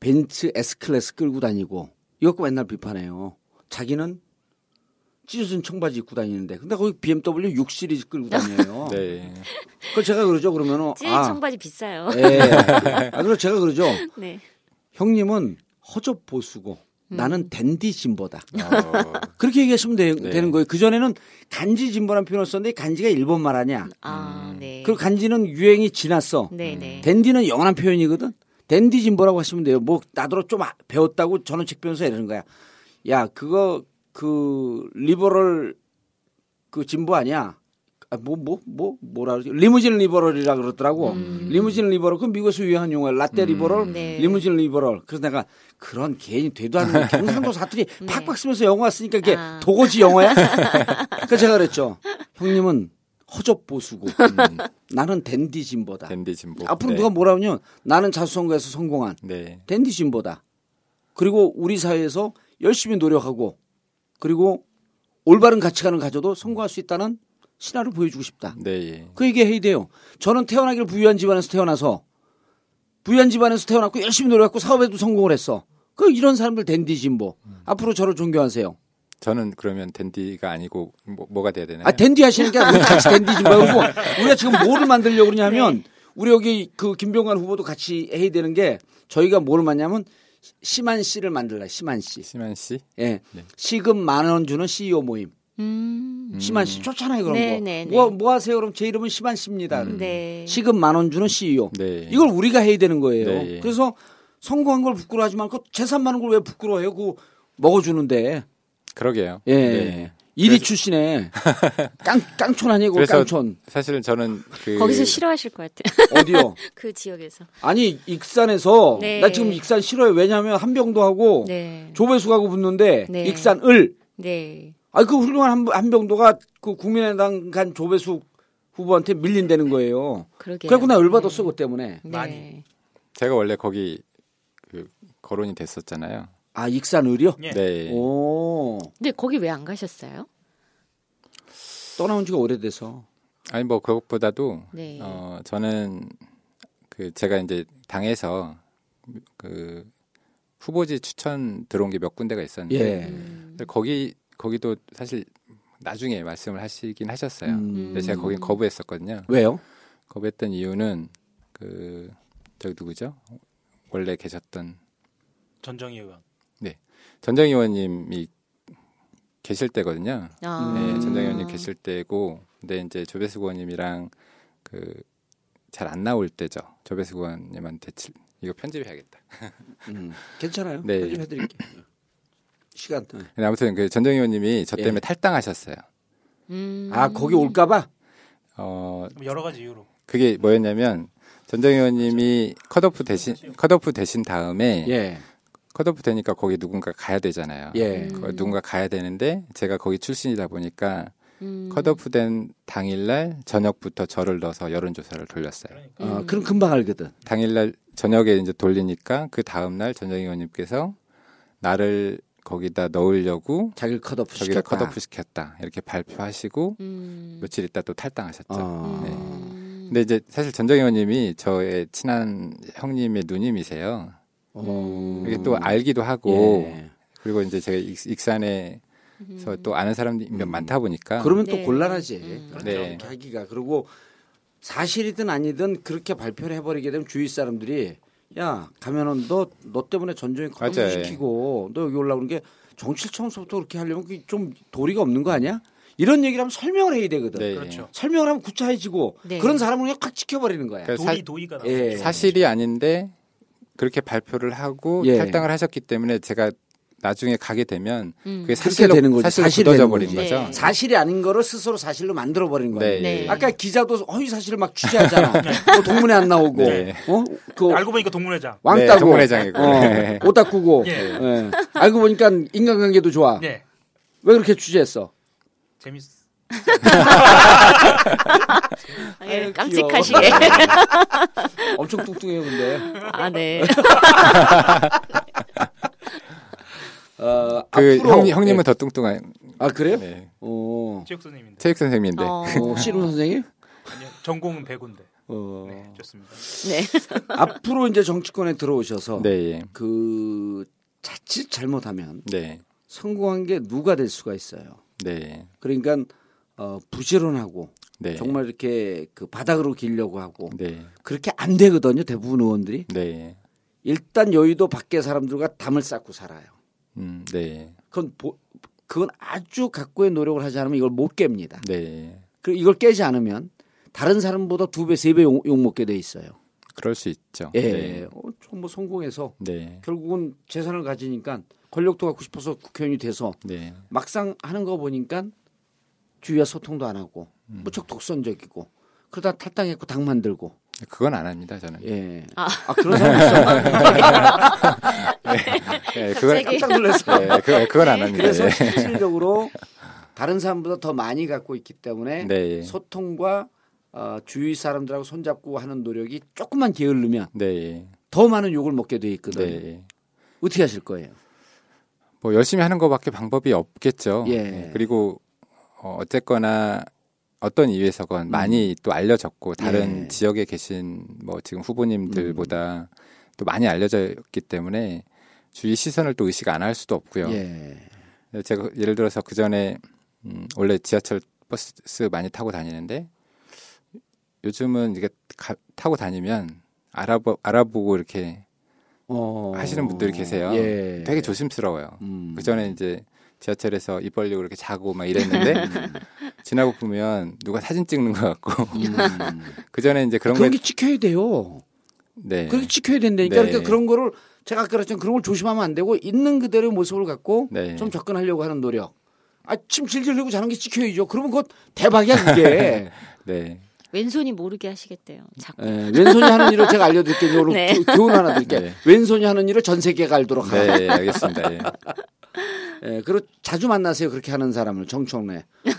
S2: 벤츠 S클래스 끌고 다니고 이거 갖고 맨날 비판해요. 자기는 찢어진 청바지 입고 다니는데 근데 거기 BMW 6 시리즈 끌고 다녀요.
S5: 네.
S2: 그걸 제가 그러죠. 그러면은
S4: 찔
S2: 아,
S4: 청바지 비싸요.
S2: 예. 아, 그래서 제가 그러죠.
S4: 네.
S2: 형님은 허접 보수고
S4: 음.
S2: 나는 댄디 진보다.
S5: 어,
S2: 그렇게 얘기하시면 되,
S5: 네.
S2: 는 거예요. 그전에는 간지 진보라는 표현을 썼는데 간지가 일본 말 아니야.
S4: 아, 네.
S2: 음. 그리고 음. 간지는 유행이 지났어.
S4: 네, 네.
S2: 댄디는 영원한 표현이거든. 댄디 진보라고 하시면 돼요. 뭐 나더러 좀 아- 배웠다고 전원책 변호사 이러는 거야. 야 그거 그 리버럴 그 진보 아니야. 뭐 뭐 뭐 뭐라 그러지? 리무진 리버럴이라 그러더라고. 리무진 리버럴 그건 미국에서 유행한 용어야. 라떼 리버럴,
S4: 음. 네.
S2: 리무진 리버럴. 그래서 내가 그런 개인이 되도 않는 경상도 사투리 팍팍 쓰면서 영어 쓰니까 이게
S4: 네. 아.
S2: 도거지 영어야. 그래서 제가 그랬죠. 형님은 허접 보수고
S4: 음.
S2: 나는 댄디 진보다.
S5: 댄디 진보.
S2: 앞으로
S5: 네.
S2: 누가 뭐라 하면 나는 자수선거에서 성공한
S5: 네.
S2: 댄디진보다 그리고 우리 사회에서 열심히 노력하고 그리고 올바른 가치관을 가져도 성공할 수 있다는 신화를 보여주고 싶다.
S5: 네. 예.
S2: 그 얘기 해야 돼요. 저는 태어나길 부유한 집안에서 태어나서 부유한 집안에서 태어났고 열심히 노력했고 사업에도 성공을 했어. 그 이런 사람들 댄디진보 앞으로 저를 존경하세요.
S5: 저는 그러면 댄디가 아니고 뭐, 가 돼야 되나요?
S2: 아 댄디 하시는 게 아니고 같이 댄디 좀 말고 우리가 지금 뭐를 만들려고 그러냐면
S4: 네.
S2: 우리 여기 그 김병관 후보도 같이 해야 되는 게 저희가 뭐를 만냐면 심한 씨를 만들라 심한 씨.
S5: 심한 씨.
S2: 예.
S5: 네.
S2: 시급 만 원 주는 CEO 모임.
S4: 음.
S2: 심한 씨 좋잖아요 그런
S4: 네,
S2: 거.
S4: 네, 네.
S2: 뭐, 뭐 하세요 그럼 제 이름은 심한 씨입니다.
S4: 네.
S2: 시급 만 원 주는 CEO.
S5: 음. 네.
S2: 이걸 우리가 해야 되는 거예요.
S5: 네.
S2: 그래서 성공한 걸 부끄러워하지 말고 재산 많은 걸 왜 부끄러워해요? 그 먹어주는데.
S5: 그러게요.
S2: 예.
S5: 네.
S2: 이리 출신에 깡 깡촌 아니고
S5: 그래서
S2: 깡촌
S5: 사실은 저는 그
S4: 거기서 싫어하실 것 같아요.
S2: 어디요?
S4: 그 지역에서.
S2: 아니 익산에서
S4: 네.
S2: 나 지금 익산 싫어요. 왜냐하면 한병도 하고
S4: 네.
S2: 조배수하고 붙는데
S4: 네.
S2: 익산을
S4: 네.
S2: 아니 그 훌륭한 한, 한병도가 그 국민의당 간 조배수 후보한테 밀린다는 거예요.
S5: 네.
S4: 그러게요.
S2: 그래갖고 나 열받았어 그것 때문에.
S4: 네.
S3: 많이.
S5: 제가 원래 거기 그 거론이 됐었잖아요.
S2: 아 익산을이요?
S3: 예.
S5: 네.
S2: 오
S4: 근데 거기 왜 안 가셨어요?
S2: 떠나온 지가 오래돼서.
S5: 아니 뭐 그것보다도
S4: 네.
S5: 어 저는 그 제가 이제 당에서 그 후보지 추천 들어온 게 몇 군데가 있었는데
S2: 예.
S4: 음.
S5: 근데 거기 거기도 사실 나중에 말씀을 하시긴 하셨어요.
S2: 음.
S5: 근데 제가 거긴 거부했었거든요.
S2: 왜요?
S5: 거부했던 이유는 그 저기 누구죠? 원래 계셨던
S3: 전정희 의원.
S5: 전정 의원님이 계실 때거든요.
S4: 아.
S5: 네, 전정 의원님 계실 때고, 근데 이제 조배수 의원님이랑 그 잘 안 나올 때죠. 조배수 의원님한테 칠- 이거 편집해야겠다.
S2: 음. 괜찮아요.
S5: 네.
S2: 좀 해드릴게요. 시간. 네.
S5: 근데 아무튼 그 전정 의원님이 저 때문에
S2: 예.
S5: 탈당하셨어요.
S4: 음.
S2: 아 거기 올까봐.
S5: 어
S3: 뭐 여러 가지 이유로.
S5: 그게 뭐였냐면 전정 의원님이 컷오프 대신 컷오프 대신 다음에
S2: 예.
S5: 컷오프 되니까 거기 누군가 가야 되잖아요.
S2: 예.
S5: 거- 누군가 가야 되는데 제가 거기 출신이다 보니까
S4: 음.
S5: 컷오프 된 당일날 저녁부터 저를 넣어서 여론조사를 돌렸어요.
S2: 아, 그럼 금방 알거든.
S5: 당일날 저녁에 이제 돌리니까 그 다음날 전정 의원님께서 나를 거기다 넣으려고
S2: 자기를 컷오프
S5: 저기를
S2: 시켰다.
S5: 컷오프 시켰다 이렇게 발표하시고
S4: 음.
S5: 며칠 있다 또 탈당하셨죠. 네.
S2: 어.
S4: 음.
S5: 근데 이제 사실 전정 의원님이 저의 친한 형님의 누님이세요.
S2: 어.
S5: 이게 또 알기도 하고
S2: 예. 음.
S5: 그리고 이제 제가 익- 익산에서 또 아는 사람들이 몇 많다 보니까
S2: 그러면
S4: 네.
S2: 또 곤란하지.
S5: 네.
S2: 그렇게 하기가 그리고 사실이든 아니든 그렇게 발표를 해버리게 되면 주위 사람들이 야 가면은 너 너 때문에 전쟁이
S5: 맞아요. 예.
S2: 거부시키고 너 여기 올라오는 게 정치 처음서부터 그렇게 하려면 그게 좀 도리가 없는 거 아니야? 이런 얘기를 하면 설명을 해야 되거든.
S5: 네.
S3: 그렇죠.
S2: 설명을 하면 구차해지고
S4: 네.
S2: 그런 사람은 그냥 콱 지켜버리는 거야.
S5: 그러니까
S3: 도리 도의가 나.
S2: 네, 예.
S5: 사실이 아닌데 그렇게 발표를 하고
S2: 예.
S5: 탈당을 하셨기 때문에 제가 나중에 가게 되면
S4: 음.
S2: 그렇게
S5: 그게 사실로
S2: 되는 거지.
S5: 사실로
S2: 사실이
S5: 굳어져
S2: 되는
S5: 버린
S4: 거지.
S5: 거죠.
S4: 네.
S2: 사실이 아닌 거를 스스로 사실로 만들어 버리는 거야.
S5: 네.
S4: 네.
S2: 아까 기자도 허위 사실을 막 취재하잖아. 또 동문회 안 나오고,
S5: 네.
S2: 어? 그
S3: 알고 보니까 동문회장.
S2: 왕따고
S5: 네, 정문회장이고. 네.
S2: 어, 오타쿠고 네.
S3: 예.
S2: 예. 알고 보니까 인간관계도 좋아
S3: 네.
S2: 왜 그렇게 취재했어
S3: 재밌.
S4: 예,
S2: 아유,
S4: 깜찍하시게.
S2: 엄청 뚱뚱해요, 근데.
S4: 아, 네.
S2: 어,
S5: 그
S2: 앞으로-
S5: 형, 형님은
S2: 예.
S5: 더 뚱뚱한.
S2: 아, 그래요?
S5: 네.
S2: 어,
S3: 체육 선생님인데
S5: 체육 선생님인데.
S4: 어,
S2: 어, 씨름 선생님?
S3: 아니요, 전공은 배구인데
S2: 어,
S3: 네, 좋습니다.
S4: 네.
S2: 앞으로 이제 정치권에 들어오셔서
S5: 네, 예.
S2: 그 자칫 잘못하면
S5: 네,
S2: 성공한 게 누가 될 수가 있어요.
S5: 네,
S2: 그러니까 어, 부지런하고
S5: 네.
S2: 정말 이렇게 그 바닥으로 길려고 하고
S5: 네,
S2: 그렇게 안 되거든요. 대부분 의원들이
S5: 네,
S2: 일단 여의도 밖에 사람들과 담을 쌓고 살아요.
S5: 음, 네,
S2: 그건 보- 그건 아주 각고의 노력을 하지 않으면 이걸 못 깹니다.
S5: 네.
S2: 그리고 이걸 깨지 않으면 다른 사람보다 두 배, 세 배 욕 먹게 돼 있어요.
S5: 그럴 수 있죠.
S2: 예,
S5: 네,
S2: 어, 좀뭐 성공해서
S5: 네,
S2: 결국은 재산을 가지니까 권력도 갖고 싶어서 국회의원이 돼서
S5: 네,
S2: 막상 하는 거 보니까 주위와 소통도 안 하고 무척 독선적이고 그러다 탈당했고 당 만들고
S5: 그건 안 합니다. 저는.
S2: 예. 아, 그런 사람 있어.
S5: 예, 그건
S4: 갑자기.
S2: 깜짝 놀랐어.
S5: 예, 그, 그건 안 합니다.
S2: 그래서
S5: 예.
S2: 실질적으로 다른 사람보다 더 많이 갖고 있기 때문에
S5: 네, 예.
S2: 소통과 어, 주위 사람들하고 손잡고 하는 노력이 조금만 게을르면
S5: 네, 예.
S2: 더 많은 욕을 먹게 돼
S5: 네.
S2: 있거든요.
S5: 예.
S2: 어떻게 하실 거예요?
S5: 뭐 열심히 하는 것밖에 방법이 없겠죠.
S2: 예.
S5: 그리고 어, 어쨌거나 어떤 이유에서건 많이 또 알려졌고 다른
S2: 음. 예. 음.
S5: 지역에 계신 뭐 지금 후보님들보다 또 많이 알려졌기 때문에 주위 시선을 또 의식 안 할 수도 없고요.
S2: 예.
S5: 근데 제가 예를 들어서 그 전에 음, 원래 지하철 버스 많이 타고 다니는데 요즘은 이게 가- 타고 다니면 알아보 알아보고 이렇게
S2: 어.
S5: 하시는 분들이 계세요.
S2: 예.
S5: 되게 조심스러워요.
S2: 음.
S5: 그 전에 이제 지하철에서 입 벌리고 이렇게 자고 막 이랬는데 지나고 보면 누가 사진 찍는 것 같고 그 전에 이제 그런
S2: 음. 그런
S5: 거에-
S2: 게 찍혀야 돼요.
S5: 네.
S2: 그렇게 지켜야 된다니까.
S5: 네.
S2: 그러니까 그런 거를 제가 아까 그랬지만 그런 걸 조심하면 안 되고 있는 그대로의 모습을 갖고
S5: 네.
S2: 좀 접근하려고 하는 노력. 아, 침 질질 흘리고 자는 게 지켜야죠. 그러면 그거 대박이야, 그게.
S5: 네.
S4: 왼손이 모르게 하시겠대요. 자꾸.
S2: 예, 왼손이 하는 일을 제가 알려드릴게요. 요런
S4: 네.
S2: 교- 교훈 하나 드릴게요.
S5: 네.
S2: 왼손이 하는 일을 전 세계가 알도록 하라.
S5: 네, 예, 알겠습니다. 예.
S2: 예, 그리고 자주 만나세요. 그렇게 하는 사람을 정청래.
S5: 네.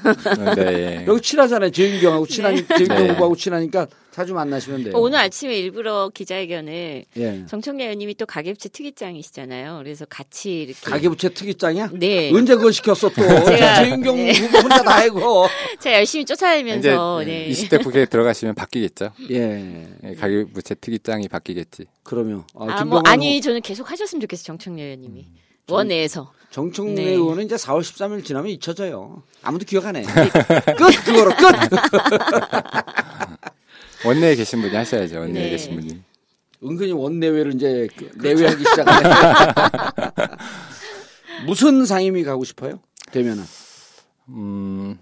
S5: 예.
S2: 여기 친하잖아요. 재윤경하고 친하니, 재윤경
S5: 네.
S2: 후보하고 친하니까 자주 만나시면 돼요.
S4: 오늘 아침에 일부러 기자회견을
S2: 예.
S4: 정청래 의원님이 또 가계부채 특이장이시잖아요. 그래서 같이 이렇게
S2: 가계부채 특이장이야?
S4: 네.
S2: 언제 그걸 시켰어 또?
S4: 제가- 네.
S2: 재윤경 후보 혼자 다 해고.
S4: 제가 열심히
S5: 이제
S4: 쫓아다니면서 네.
S5: 20대 국회에 들어가시면 바뀌겠죠.
S2: 예.
S5: 예, 가격 부채 특이장이 바뀌겠지.
S2: 그러면 아,
S4: 아,
S2: 김
S4: 뭐
S2: 병환
S4: 아니 저는 계속 하셨으면 좋겠어요. 정청래 의원님이. 원내에서.
S2: 정청래
S4: 네.
S2: 의원은 이제 4월 13일 지나면 잊혀져요. 아무도 기억 안 해.
S4: 네.
S2: 끝 그거로 끝.
S5: 원내에 계신 분이 하셔야죠. 원내에
S4: 네.
S5: 계신 분이.
S2: 은근히 원내외를 이제 그
S5: 그렇죠.
S2: 내외하기 시작하네. 무슨 상임위 가고 싶어요? 되면은
S5: 음,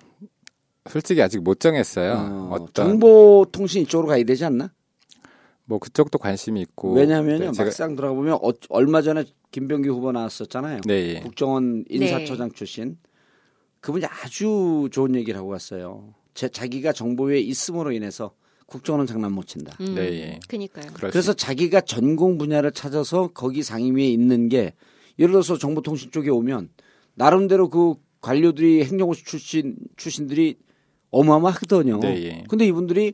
S5: 솔직히 아직 못 정했어요.
S2: 어,
S5: 어, 떤
S2: 정보통신 이쪽으로 가야 되지 않나?
S5: 뭐 그쪽도 관심이 있고.
S2: 왜냐하면
S5: 네, 제가-
S2: 막상 들어가 보면 어- 얼마 전에 김병기 후보 나왔었잖아요.
S5: 네, 예.
S2: 국정원 인사처장
S4: 네.
S2: 출신 그분이 아주 좋은 얘기를 하고 왔어요. 제, 자기가 정보에 있음으로 인해서 국정원은 장난 못 친다.
S4: 음,
S5: 네, 예.
S4: 그니까요.
S5: 그럴 수
S2: 그래서 자기가 전공 분야를 찾아서 거기 상임위에 있는 게 예를 들어서 정보통신 쪽에 오면 나름대로 그 관료들이 행정고 출신 출신들이 어마어마하거든요.
S5: 네, 예.
S2: 근데 이분들이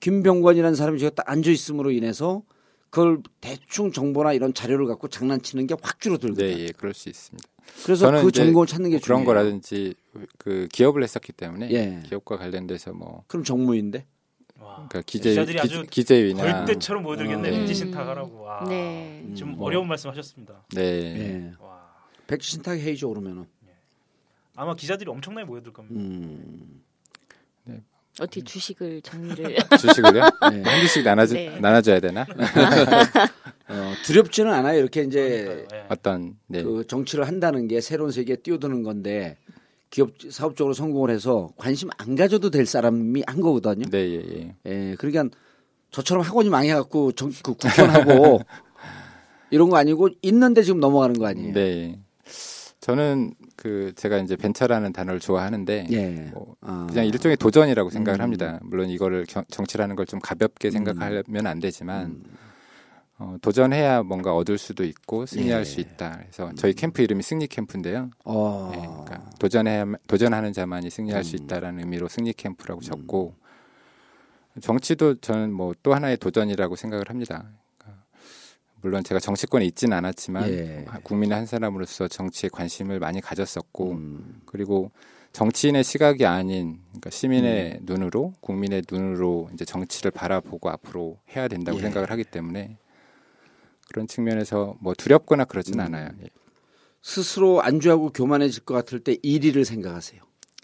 S2: 김병관이라는 사람이 저기 딱 앉아 있음으로 인해서 그걸 대충 정보나 이런 자료를 갖고 장난치는 게 확
S5: 있- 네,
S2: 줄어들거든요.
S5: 예, 그럴 수 있습니다.
S2: 그래서
S5: 저는
S2: 그
S5: 이제 뭐
S2: 전공을 찾는 게
S5: 그런
S2: 중요해요.
S5: 거라든지 그 기업을 했었기 때문에
S2: 예.
S5: 기업과 관련돼서 뭐
S2: 그럼 정무인데
S3: 와,
S5: 그러니까
S3: 네,
S5: 기재
S3: 기자들이 아주
S5: 기, 재위나
S3: 절대처럼 모여들겠네
S2: 아.
S3: 백지신탁하라고. 와,
S4: 음. 네.
S3: 좀
S2: 음.
S3: 어려운 말씀하셨습니다.
S2: 예.
S5: 네.
S3: 와,
S2: 백신탁 회의죠 그러면은
S3: 아마 기자들이 엄청나게 모여들 겁니다.
S2: 음.
S4: 어떻게 주식을 정리를
S5: 주식을요?
S2: 네.
S5: 한 개씩 나눠
S4: 네.
S5: 나눠줘야 되나?
S2: 어, 두렵지는 않아요. 이렇게 이제
S3: 그러니까요. 예.
S5: 어떤 네.
S2: 그 정치를 한다는 게 새로운 세계에 뛰어드는 건데 기업 사업적으로 성공을 해서 관심 안 가져도 될 사람이 한 거거든요.
S5: 네, 예, 예.
S2: 예, 그러니까 저처럼 학원이 망해갖고 정, 그 국회의원하고 이런 거 아니고 있는데 지금 넘어가는 거 아니에요.
S5: 네. 저는 그 제가 이제 벤처라는 단어를 좋아하는데
S2: 예.
S5: 뭐
S2: 아,
S5: 그냥 일종의 도전이라고
S2: 음.
S5: 생각을
S2: 음.
S5: 합니다. 물론 이거를 경- 정치라는 걸 좀 가볍게 생각하면 안 되지만 어, 도전해야 뭔가 얻을 수도 있고 승리할
S2: 예. 음.
S5: 수 있다. 그래서 저희 캠프 이름이 승리 캠프인데요.
S2: 어.
S5: 네, 그러니까 도전해 도전하는 자만이 승리할 수
S2: 음.
S5: 있다라는 의미로 승리 캠프라고 적고 정치도 저는 뭐 또 하나의 도전이라고 생각을 합니다. 그러니까 물론 제가 정치권에 있지는 않았지만
S2: 예.
S5: 국민의 한 사람으로서 정치에 관심을 많이 가졌었고
S2: 음.
S5: 그리고 정치인의 시각이 아닌 그러니까 시민의 눈으로 국민의 눈으로 이제 정치를 바라보고 앞으로 해야 된다고
S2: 예.
S5: 생각을 하기 때문에 그런 측면에서 뭐 두렵거나 그러진
S2: 음.
S5: 않아요. 예.
S2: 스스로 안주하고 교만해질 것 같을 때 1위를 생각하세요.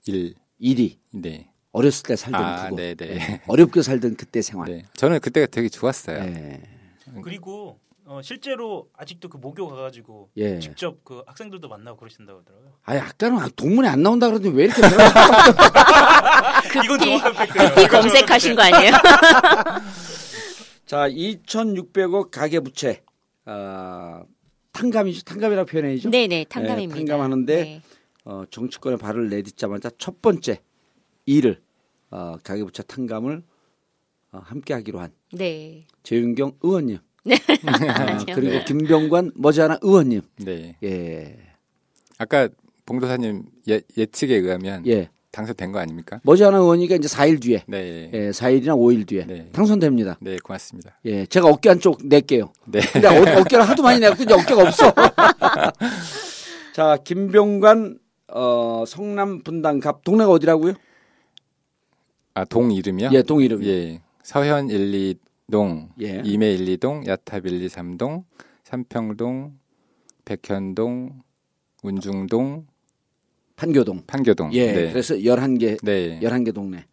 S5: 일,
S2: 1위.
S5: 네,
S2: 어렸을 때 살던
S5: 아,
S2: 그거.
S5: 네네.
S2: 예. 어렵게 살던 그때 생활.
S5: 네. 저는 그때가 되게 좋았어요.
S2: 예.
S3: 그리고 어, 실제로 아직도 그 모교 가가지고
S2: 예.
S3: 직접 그 학생들도 만나고 그러신다고 하더라고요.
S2: 아, 약간은 동문회 안 나온다 그러더니 왜 이렇게 내가
S3: 이건 정확한
S4: 이
S3: 팩트예요.
S4: 검색하신 거 아니에요?
S2: 자, 2,600억 가계 부채. 아, 탕감이죠. 탕감이라고 표현해야죠.
S4: 네네 탕감입니다.
S2: 네, 탕감하는데
S4: 네.
S2: 어, 정치권에 발을 내딛자마자 첫 번째 일을 어, 가계부채 탕감을 어, 함께하기로 한
S4: 네.
S2: 재윤경 의원님 어,
S4: 맞아요.
S2: 그리고 김병관 머지않아 의원님
S5: 네.
S2: 예
S5: 아까 봉도사님 예, 예측에 의하면
S2: 예.
S5: 당선된 거 아닙니까?
S2: 머지않아 의원이가 이제 4일 뒤에
S5: 네.
S2: 예, 4일이나 5일 뒤에
S5: 네.
S2: 당선됩니다.
S5: 네, 고맙습니다.
S2: 예, 제가 어깨 한쪽 낼게요.
S5: 네.
S2: 근데 어, 어깨를 하도 많이 내고 이제 어깨가 없어. 자, 김병관 어, 성남 분당 갑 동네가 어디라고요?
S5: 아, 동 이름이요?
S2: 예, 동 이름이.
S5: 예. 서현 1, 2동,
S2: 예.
S5: 임해 1, 2동, 야탑 1, 2, 3동, 삼평동, 백현동, 운중동,
S2: 판교동.
S5: 판교동.
S2: 예.
S5: 네.
S2: 그래서 11개
S5: 네.
S2: 11개 동네.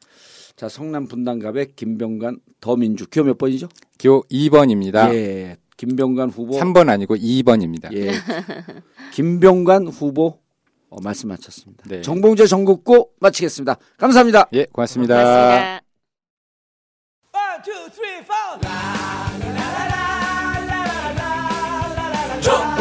S2: 자, 성남 분당갑의 김병관 더민주 기호 몇 번이죠?
S5: 기호 2번입니다.
S2: 예. 김병관 후보
S5: 3번 아니고 2번입니다.
S2: 예. 김병관 후보 어, 말씀 마쳤습니다.
S5: 네.
S2: 정봉재 전국고 마치겠습니다. 감사합니다.
S5: 예,
S4: 고맙습니다.
S5: 고맙습니다.
S8: 총!